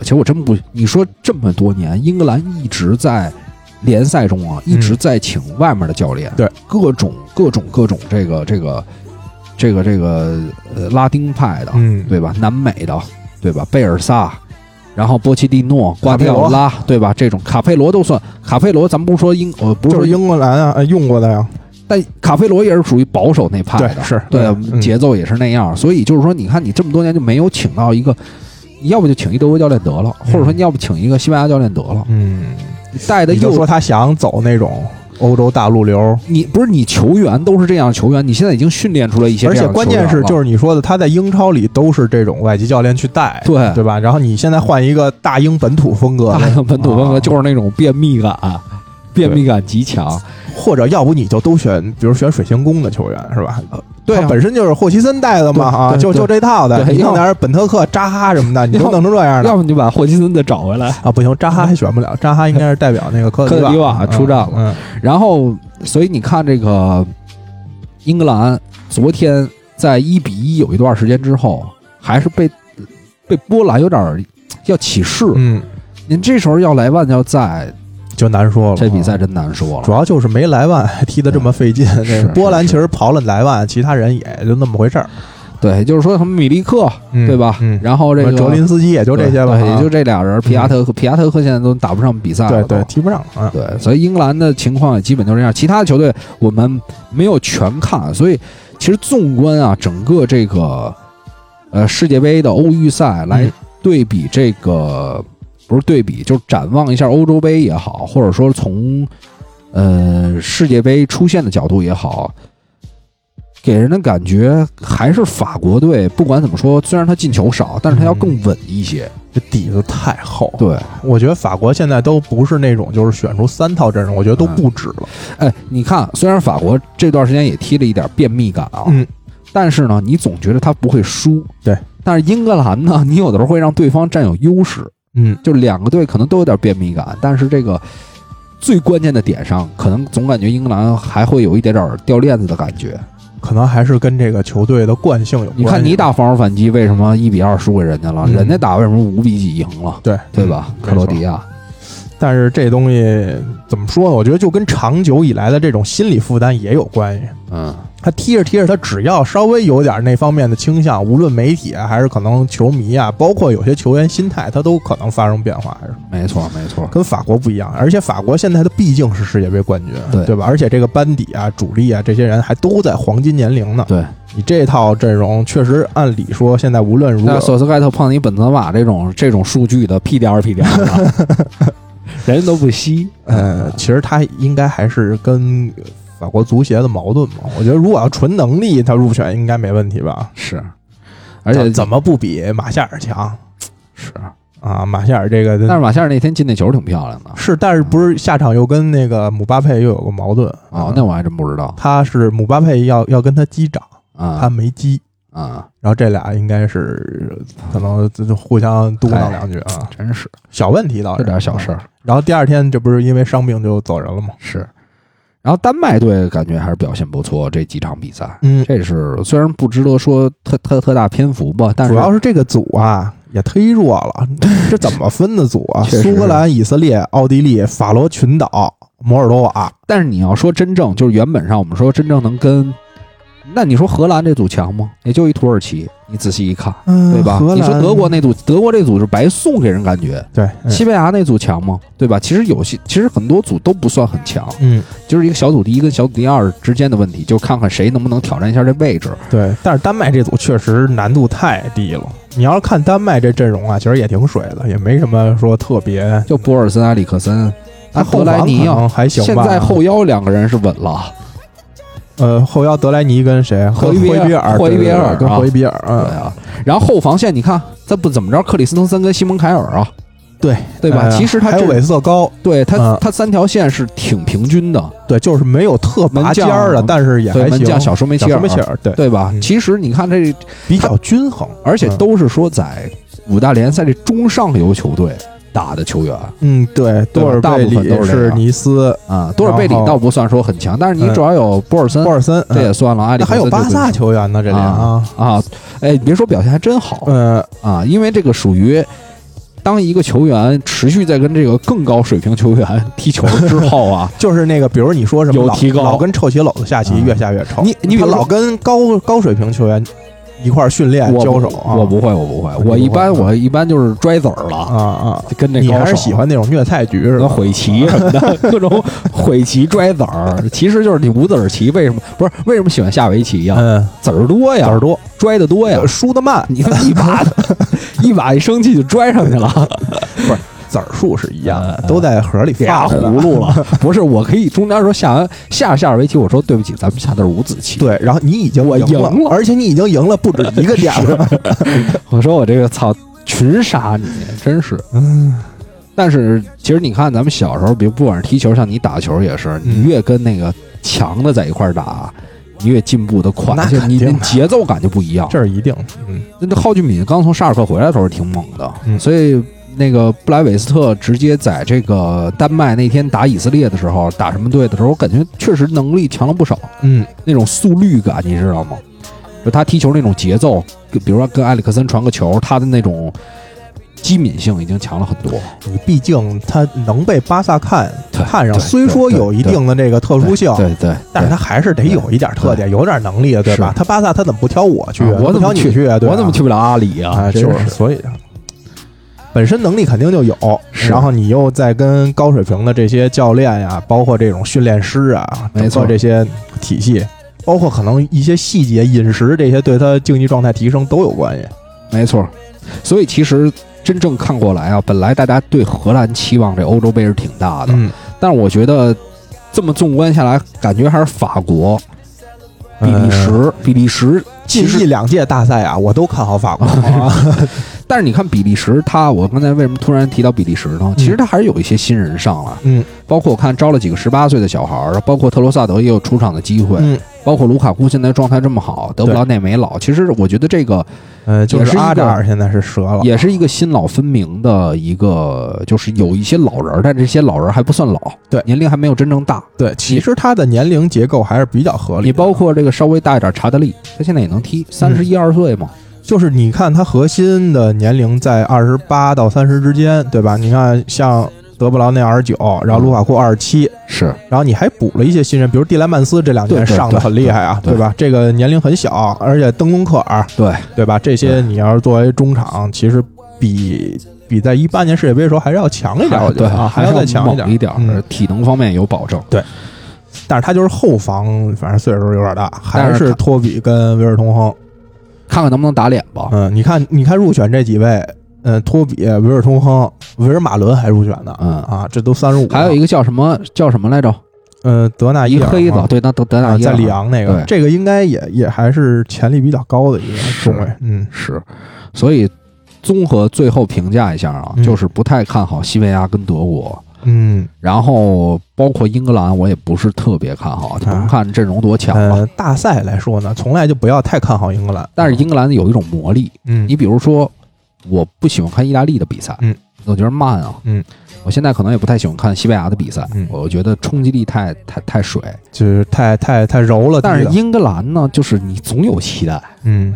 其实我真不，你说这么多年，英格兰一直在联赛中啊，一直在请外面的教练，
嗯对
各种各种各种这个这个这个这个呃拉丁派的，
嗯，
对吧？南美的，对吧？贝尔萨，然后波切蒂诺、瓜迪奥拉，对吧？这种卡佩罗都算，卡佩罗咱不说英，呃，不是
就
说
是
英，
英格兰啊呃用过的呀，
但卡佩罗也是属于保守那派的，
对是
对
嗯
节奏也是那样。所以就是说，你看你这么多年就没有请到一个，你要不就请一德国教练得了，或者说
嗯
你要不请一个西班牙教练得了，
嗯，
你带的
你就
又
说他想走那种欧洲大陆流，
你不是你球员都是这样的球员，你现在已经训练出来一些这
而
样的
且
球
关
员了，啊
键是，
(laughs)
就是你说的，他在英超里都是这种外籍教练去带，
对
对吧？然后你现在换一个大英本土风格，
大量本土风格
啊
就是那种便秘感，便秘感极强。
或者要不你就都选，比如选水晶宫的球员是吧？
对啊
他本身就是霍奇森带的嘛，
对
啊，
对
就
对
就这套的，
对
你
要
弄点本特克、扎哈什么的，你
要
都弄成这样的
要不你把霍奇森再找回来。
啊？不行，扎哈还选不了，扎哈应该是代表那个科
科特
特
迪
迪
瓦
瓦
出战了
嗯，
然后，所以你看这个英格兰昨天在一比一有一段时间之后，还是被被波兰有点儿要起势。
嗯，
您这时候要莱万要在，
嗯就难说了。
这比
啊
赛真难说
主
了。
要就是没莱万 (laughs) 还踢得这么费劲。
是
这波兰
是
其实刨了莱万，其他人也就那么回事儿，
对，就是说什么米利克，
嗯
对吧？
嗯，
然后这个
哲林斯基也就这些吧，
对对
啊嗯
也就这俩人。皮亚特克，皮亚特克现在都打不上比赛了
对
都，
对，踢不上啊。
对，所以英格兰的情况也基本就这样。其他的球队我们没有全看，所以其实纵观啊，整个这个呃世界杯的欧预赛来
嗯
对比这个，不是对比，就是展望一下欧洲杯也好，或者说从呃世界杯出现的角度也好。给人的感觉还是法国队，不管怎么说，虽然他进球少，但是他要更稳一些。
这底子太厚。，
对，
我觉得法国现在都不是那种就是选出三套阵容，我觉得
嗯
都不止了。
哎，你看，虽然法国这段时间也踢了一点便秘感啊，
嗯，
但是呢，你总觉得他不会输。
对，
但是英格兰呢， (laughs) 你有的时候会让对方占有优势，
嗯，
就两个队可能都有点便秘感，但是这个最关键的点上，可能总感觉英格兰还会有一点点掉链子的感觉。
可能还是跟这个球队的惯性有关系。
你看你打防守反击，为什么一比二输给人家了？
嗯
人家打为什么五比几赢了？
对
对吧？克罗地
亚。
亚，
但是这东西怎么说呢？我觉得就跟长久以来的这种心理负担也有关系。
嗯，
他踢着踢着，他只要稍微有点那方面的倾向，无论媒体啊，还是可能球迷啊，包括有些球员心态，他都可能发生变化。还是
没错，没错。
跟法国不一样，而且法国现在他毕竟是世界杯冠军，
对
吧？而且这个班底啊、主力啊，这些人还都在黄金年龄呢。
对，
你这套阵容确实按理说现在无论如
那
何，
索斯盖特碰你本泽马这种这种数据的屁颠儿屁颠儿的，
(laughs)
人家都不稀。嗯
呃，其实他应该还是跟法国足协的矛盾嘛。我觉得如果要纯能力，他入选应该没问题吧？
是，而且
怎怎么不比马夏尔强
是？
啊？马夏尔这个
但是马夏尔那天进那球挺漂亮的
是，但是不是下场又跟那个姆巴佩又有个矛盾啊
哦，那我还真不知道
他是姆巴佩要要跟他击掌，他
啊
没击，
啊，
然后这俩应该是可能就互相嘟囔两句啊，
真是
小问题倒是
哎这点小事儿。
然后第二天这不是因为伤病就走人了吗？
是。然后丹麦队感觉还是表现不错，这几场比赛，
嗯，
这是虽然不值得说特特特大篇幅吧，但是
主要是这个组啊也忒弱了，
(laughs)
这怎么分的组啊？
确实是
苏格兰、以色列、奥地利、法罗群岛、摩尔多瓦，
但是你要说真正就是原本上我们说真正能跟，那你说荷兰这组强吗？也就一土耳其，你仔细一看，
嗯，
对吧？
荷兰
你说德国那组，德国这组是白送给人感觉，
对，嗯
西班牙那组强吗？对吧？其实有些，其实很多组都不算很强，
嗯，
就是一个小组第一跟小组第二之间的问题，就看看谁能不能挑战一下这位置。
对，但是丹麦这组确实难度太低了。你要是看丹麦这阵容啊，其实也挺水的，也没什么说特别。
就博尔森、埃里克森，那
后
啊德莱
防
尼
可
要
能还行
现
吧。
在后腰两个人是稳了，
呃后腰德莱尼跟谁？
霍
和
伊
伊
比尔
尔，
霍伊
对对
比尔
对跟
啊
霍伊比尔。
对
嗯，
啊。然后后防线你看，这不怎么着，克里斯滕森跟西蒙凯尔啊，
对
对吧？
呃
其实他
还有
这
韦瑟高，
对他
嗯
他三条线是挺平均的，
对，就是没有特拔尖儿
门
的，
将
但是也
对
还
门
行。
将小舒梅
小
切尔
梅，切尔，对，
对吧？
嗯
其实你看这，
比较均衡，
而且
嗯
都是说在五大联赛这中上游球队打的球员
嗯，对，
对
多尔
大
贝
部分
里
都是这
是
样
尼斯、
啊。多尔贝里
然后
倒不算说很强，但是你
嗯
主要有博尔森
鲍，尔森，
这也
嗯
算了，埃里
那
克
还
森
有
就
巴
不
萨
算
球员呢，这里啊，
啊，哎，别说表现还真好，
呃，，
啊，因为这个属于当一个球员持续在跟这个更高水平球员 (laughs) 踢球之后啊
(laughs) 就是那个，比如你说什么
有
老
提高
老跟臭棋篓子下棋，
嗯
越下越臭。
你你比
他
如
老
说
跟高高水平球员一块儿训练
我
交
不
手啊，
我不会，我不会，
你不
我一
会
般
啊
我一般就是拽子儿
啊
了，
啊，
跟这
你
高
还
手
是喜欢那种虐菜局是
什么
吧？
毁棋什么
(laughs)
的，各种毁棋拽子儿，其实就是你五子儿棋为什么不是为什么喜欢下围棋呀？
嗯，
子儿多
耳
呀，
朵
拽的多呀，
输的慢，
你他妈一
(laughs)
把一把一生气就拽上去了。
子儿数是一样的
嗯，
都在盒里
别
发着呢
葫芦了，不是，我可以中间说下完下着下着围棋，我说对不起，咱们下的是五子棋。，
对，然后你已经
我
赢
赢了
而且你已经赢了不止一个点了。
我说我这个操群杀你，真是。 (laughs)
嗯，
但是其实你看，咱们小时候，比如不管是踢球，像你打球也是，你
嗯
越跟那个强的在一块儿打，你越进步的快
那，
就
肯
你
定
你
的
节奏感就不一样。
这是一定的。嗯，
那这蒿俊闵刚从沙尔克回来的时候挺猛的，
嗯
所以那个布莱韦斯特直接在这个丹麦那天打以色列的时候，打什么队的时候，我感觉确实能力强了不少。
嗯，
那种速率感，你知道吗？就他踢球那种节奏，跟比如说跟埃里克森传个球，他的那种机敏性已经强了很多。
你毕竟他能被巴萨看
对
看上，
对
虽说
对
有一
对
定的这个特殊性，
对对，
但是他还是得有一点特点，有点能力的，对吧？
是
他巴萨他怎么不挑我去？
啊我
不
怎么
挑你去？对吧
我怎么去？不了阿里
啊，
啊？真
就是所以，本身能力肯定就有，
是
然后你又在跟高水平的这些教练呀，包括这种训练师啊，
没
整
错
个这些体系，包括可能一些细节、饮食这些，对他竞技状态提升都有关系。
没错。所以其实真正看过来啊，本来大家对荷兰期望这欧洲杯是挺大的，
嗯，
但是我觉得这么纵观下来，感觉还是法国
哎
比利时，比利时
呃近
其实
一两届大赛啊，我都看好法
(laughs)
国啊。
但是你看比利时，他我刚才为什么突然提到比利时呢？其实他还是有一些新人上来，
嗯
包括我看招了几个十八岁的小孩儿，包括特罗萨德也有出场的机会，
嗯，
包括卢卡库现在状态这么好，德布劳内没老，其实我觉得这个
呃，就
也是
是
一
阿
个
扎尔现在是折了，
也是一个新老分明的一个，就是有一些老人儿，但这些老人儿还不算老，
对
年龄还没有真正大。
对，其实他的年龄结构还是比较合理
你
的。
包括这个稍微大一点查德利，他现在也能踢，
嗯
三十一二岁嘛，
就是你看他核心的年龄在二十八到三十之间，对吧？你看像德布劳内二十九，然后卢卡库二十七，
是
然后你还补了一些新人，比如蒂莱曼斯这两年
对对
上的很厉害啊，
对对
对吧？这个年龄很小，而且登东克尔，
对，
对吧？这些
对
你要是作为中场，其实比比在一八年世界杯的时候还是要强一点，我觉
对
得啊，还
要
要再
猛
强一点。
一点儿，
嗯
体能方面有保证。
但是他就是后防，反正岁数有点大，还
但是
是
他
托比跟维尔通亨。
看看能不能打脸吧。
嗯，你看，你看入选这几位，嗯，托比、维尔通亨、维尔马伦还入选呢，
嗯
啊，这都三十五。
还有一
个，
个叫什么叫什么来着？
嗯，德纳
一
伊尔
黑子
嘛，
对，那德德纳
啊
伊尔
在里昂那个
对，
这个应该也也还是潜力比较高的一个
是
中卫。嗯，
是，所以综合最后评价一下啊，
嗯
就是不太看好西班牙跟德国。
嗯，
然后包括英格兰，我也不是特别看
啊
好。你们看阵容多强啊！
呃，大赛来说呢，从来就不要太看好英格兰，
但是英格兰有一种魔力，
嗯，
你比如说，我不喜欢看意大利的比赛，
嗯，
我觉得慢啊，
嗯，
我现在可能也不太喜欢看西班牙的比赛，
嗯
我觉得冲击力太太太水。
就是太太太柔了，
但是
低了
英格兰呢，就是你总有期待，
嗯，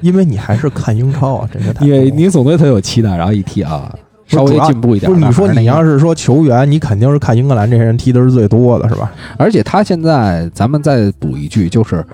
因为你还是看英超啊，这个太
因为
不
你总对他有期待，然后一踢啊，
是
稍微
主要
进步一点。
不是你说
但还
你
那样
要是说球员，你肯定是看英格兰这些人踢的是最多的，是吧？
而且他现在，咱们再补一句，就是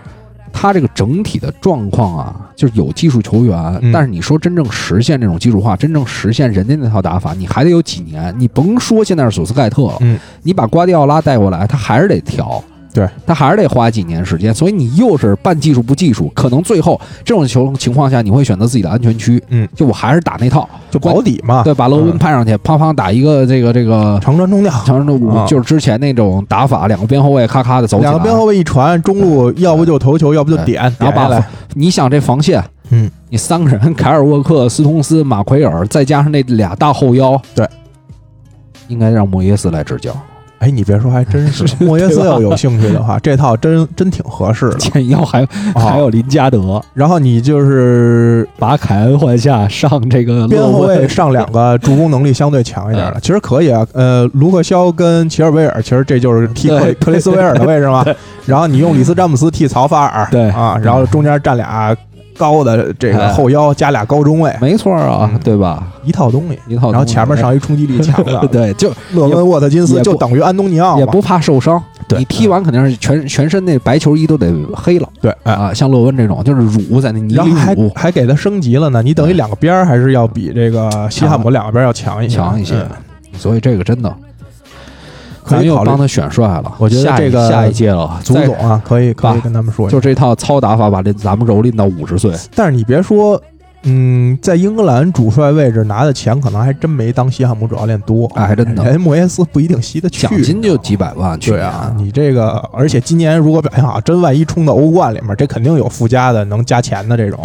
他这个整体的状况啊，就是有技术球员，
嗯
但是你说真正实现这种技术化，真正实现人家那套打法，你还得有几年。你甭说现在是索斯盖特了，
嗯
你把瓜迪奥拉带过来，他还是得调。
对，
他还是得花几年时间，所以你又是半技术不技术，可能最后这种球情况下，你会选择自己的安全区。
嗯，
就我还是打那套，
就保底嘛，
对，把罗温派上去，砰砰打一个这个这个
长传中调，
长城的五、
啊
就是之前那种打法，两个边后卫咔咔的走起来，
两个边后卫一传，中路要不就头球，要不就点，
然
然
后把防你想这防线，
嗯，
你三个人， (laughs) 凯尔沃克、斯通斯、马奎尔，再加上那俩大后腰，
对，
应该让莫耶斯来执
(laughs)
教，
哎，你别说，还真是。莫耶斯要有兴趣的话，这套真真挺合
(laughs)
适的
前腰还、还
啊。
有林加德，
然后你就是
把凯恩换下，上这个
边后
勒温
卫上两个助攻能力相对强一点的，其实可以啊。呃，卢克肖跟齐尔维尔，其实这就是替克
对
里克里斯维尔的位置嘛。然后你用里斯詹姆斯替曹法尔，
对
啊，然后中间站俩高的这个
哎
后腰，加俩高中卫，
没错啊，
嗯
对吧？
一套东西。
一套东西，
然后前面上一冲击力强的
(laughs) 对，就
勒温沃特金
也
斯，
不
就等于安东尼奥
也
嘛
不怕受伤，
对
你踢完肯定是全全身那白球衣都得黑了
对，哎，
啊，像洛温这种就是乳在那泥
然后
里
还
乳，
还给他升级了呢。你等于
嗯
两个边儿还是要比这个西汉姆两个边儿要强一些，
哎强一些
嗯，
所以这个真的，咱
可
们
以
又
考虑
帮。他选帅了。
我觉得
下一
这个
下一届了，
足
再
总啊，可以可
吧
以跟他们说一下
就。这套糙打法把这咱们蹂躏到五十岁，
但是你别说，嗯，在英格兰主帅位置拿的钱可能还真没当西汉姆主教练多。
哎，还真的，
人莫耶斯不一定吸得去，
奖金就几百万，去
对
年
啊，你这个，而且今年如果表现好，真万一冲到欧冠里面，这肯定有附加的能加钱的这种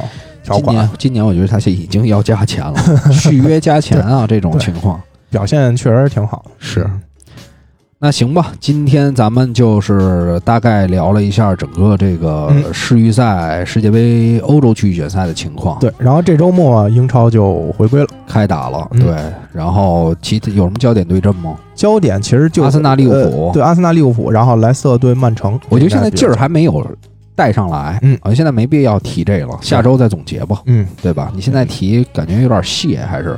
条
今
款
年。今年我觉得他是已经要加钱了， (laughs) 续约加钱啊，这种
(laughs) 对
情况
表现确实挺好，
是。那行吧，今天咱们就是大概聊了一下整个这个
嗯
世预赛、世界杯欧洲区域决赛的情况，
对。然后这周末英超就回归了。
开打了，
嗯
对。然后其他有什么焦点对阵吗？
焦点其实就
阿森纳利物浦
呃对阿森纳利物浦，然后莱斯特对曼城。
我觉得现在
应该比
劲
较
儿还没有带上来，
嗯
好像现在没必要提这个了，下周再总结吧，
嗯，嗯
对吧？你现在提感觉有点泄，还是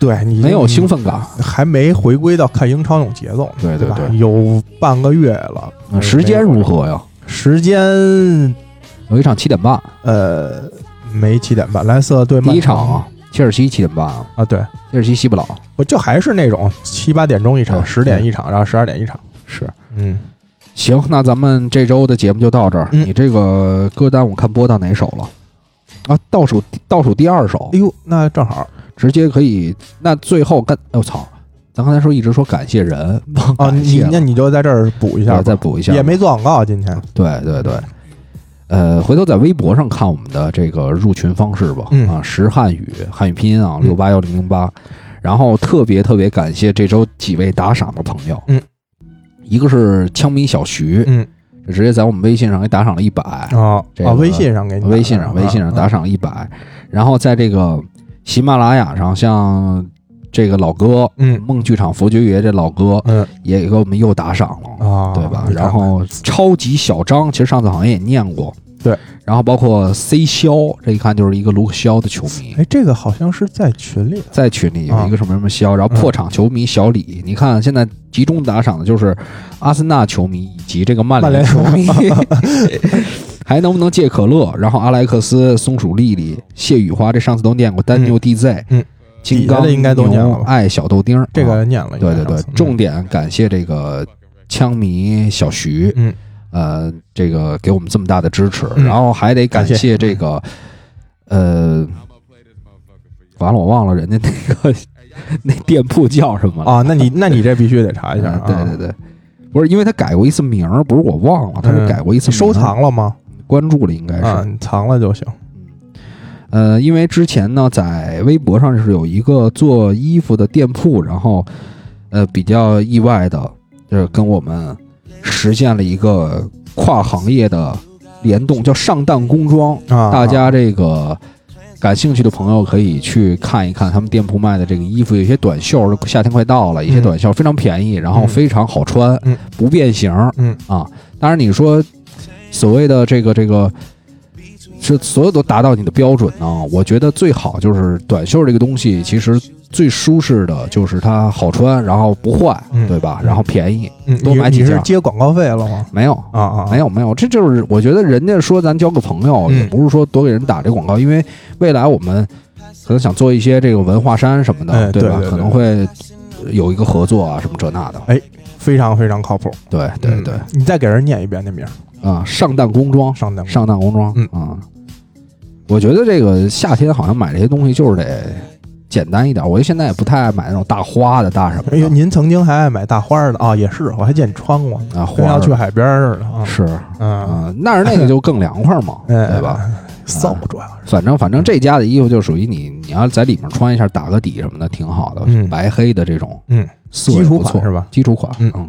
对你
没有兴，奋感，
还没回归到看英超那种节奏，
对对
吧
对？
有半个月了，
嗯时间如？何呀？
时间
有一场七点半，
呃没七点半，莱斯特对曼
第
城
一场啊，切尔西七点半啊，
啊，对，
切尔西西布朗
我就还是那种七八点钟一场，
对
十点一场，然后十二点一场，
是。
嗯，
行，那咱们这周的节目就到这儿。
嗯
你这个歌单我看播到哪首了？啊，倒数倒数第二首
哎，呦，那正好
直接可以。那最后干，哎我操！咱刚才说一直说感谢人，忘
(laughs) 啊，
(laughs) 感
你
谢呃
那
了，
你就在这儿补一下
对
吧，
再补一下吧，
也没做广告今天，
对对对，呃，回头在微博上看我们的这个入群方式吧。
嗯
啊，石汉语汉语拼音啊，
嗯
六八幺零零八。然后特别特别感谢这周几位打赏的朋友，
嗯，
一个是枪迷小徐，
嗯
直接在我们微信上给打赏了一百、
啊
这
啊，
个
微信上给你打的，
微信上微信上打
啊，
赏一百，然后在这个喜马拉雅上，像这个老哥
嗯
梦剧场佛爵爷这老哥
嗯
也给我们又打赏了，
啊，
对吧？
你看
然后超级小张，其实上次好像也念过，
对。
然后包括 C 肖，这一看就是一个卢克肖的球迷。
哎，这个好像是在群里
在群里有一个什么什么
啊
肖，然后破场球迷小李，你看现在集中打赏的就是阿森纳球迷以及这个曼联球迷，
(laughs)
还能不能借可乐？然后阿莱克斯、松鼠丽丽、谢雨花，这上次都念过，丹妞 DZ，
嗯，
金刚
底下的应该都念了吧
牛爱小豆丁儿，
这
啊
个念了，
对
应
对
该
对
上次，
重点感谢这个枪迷小徐，
嗯，
呃，这个给我们这么大的支持，
嗯
然后还得感
感谢
谢这个，呃，完了我忘了人家那个那店铺叫什么了，
啊，那你那你这必须得查一下
呃
啊，
对对对。不是，因为他改过一次名儿，不是我忘了，他是
嗯
改过一次
你
名儿
收藏了吗？
关注了，应该是。
啊，你藏了就行。
呃，因为之前呢，在微博上是有一个做衣服的店铺，然后呃比较意外的，就是跟我们实现了一个跨行业的联动，叫上当工装。
啊，
大家这个感兴趣的朋友可以去看一看他们店铺卖的这个衣服，有些短袖，夏天快到了，一些
嗯
短袖非常便宜，然后
嗯
非常好穿，
嗯
不变形，
嗯
啊，当然你说所谓的这个这个。是所有都达到你的标准呢？我觉得最好就是短袖这个东西，其实最舒适的就是它好穿，然后不坏，
嗯
对吧？
嗯
然后便宜，
嗯
多
你
买几
你
件
是
儿
接广告费了吗？
没有
啊啊，
没有没有，这就是我觉得人家说咱交个朋友，
嗯
也不是说多给人打这广告，因为未来我们可能想做一些这个文化衫什么的，
哎对
吧？
对对
可能会有一个合作啊，什么这那的。
非常非常靠谱。
对对
嗯
对，
你再给人念一遍那名儿，
啊，上当工装，
上等
上当工装，
嗯
啊，我觉得这个夏天好像买这些东西就是得简单一点，我就现在也不太爱买那种大花的大什么
哎呦，
的
您曾经还爱买大花儿的啊？也是，我还见你穿过，
啊，
跟
花
要
儿
去海边儿似的啊。
是
嗯，
啊，那是那个就更凉快嘛，
(laughs) 哎啊
对吧？？啊
骚主要是。
反正反正这家的衣服就属于你，你要在里面穿一下打个底什么的，挺好的，
嗯
白黑的这种，
嗯，
色也
基
不
础款
错
是吧
基础款，
嗯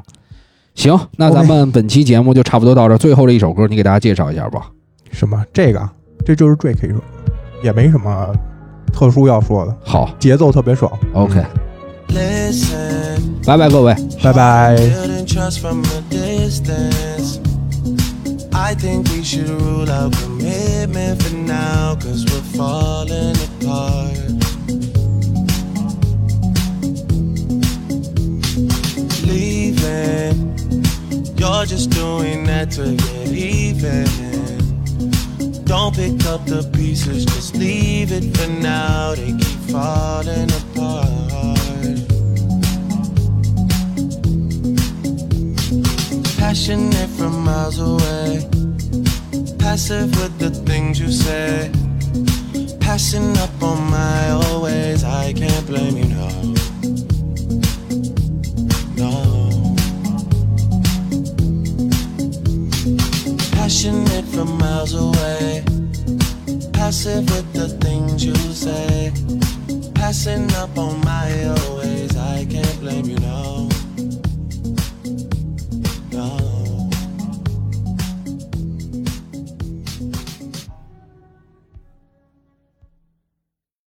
行，那
OK
咱们本期节目就差不多到这儿，最后这一首歌你给大家介绍一下吧。
什么？这个啊，这就是 Drake 一首，也没什么特殊要说的，
好
节奏特别爽。
，OK，
嗯
Listen,
拜拜各位。
拜拜。
building trust from a distance. I think we should rule out commitment for now, cause we're falling apart. Leaving, you're just doing that to get even. Don't pick up the pieces, just leave it for now. They keep falling apart. Passionate from miles away, passive with the things you say. Passing up on my always, I can't blame you, no. No. passionate from miles away. Passive with the things you say. Passing up on my own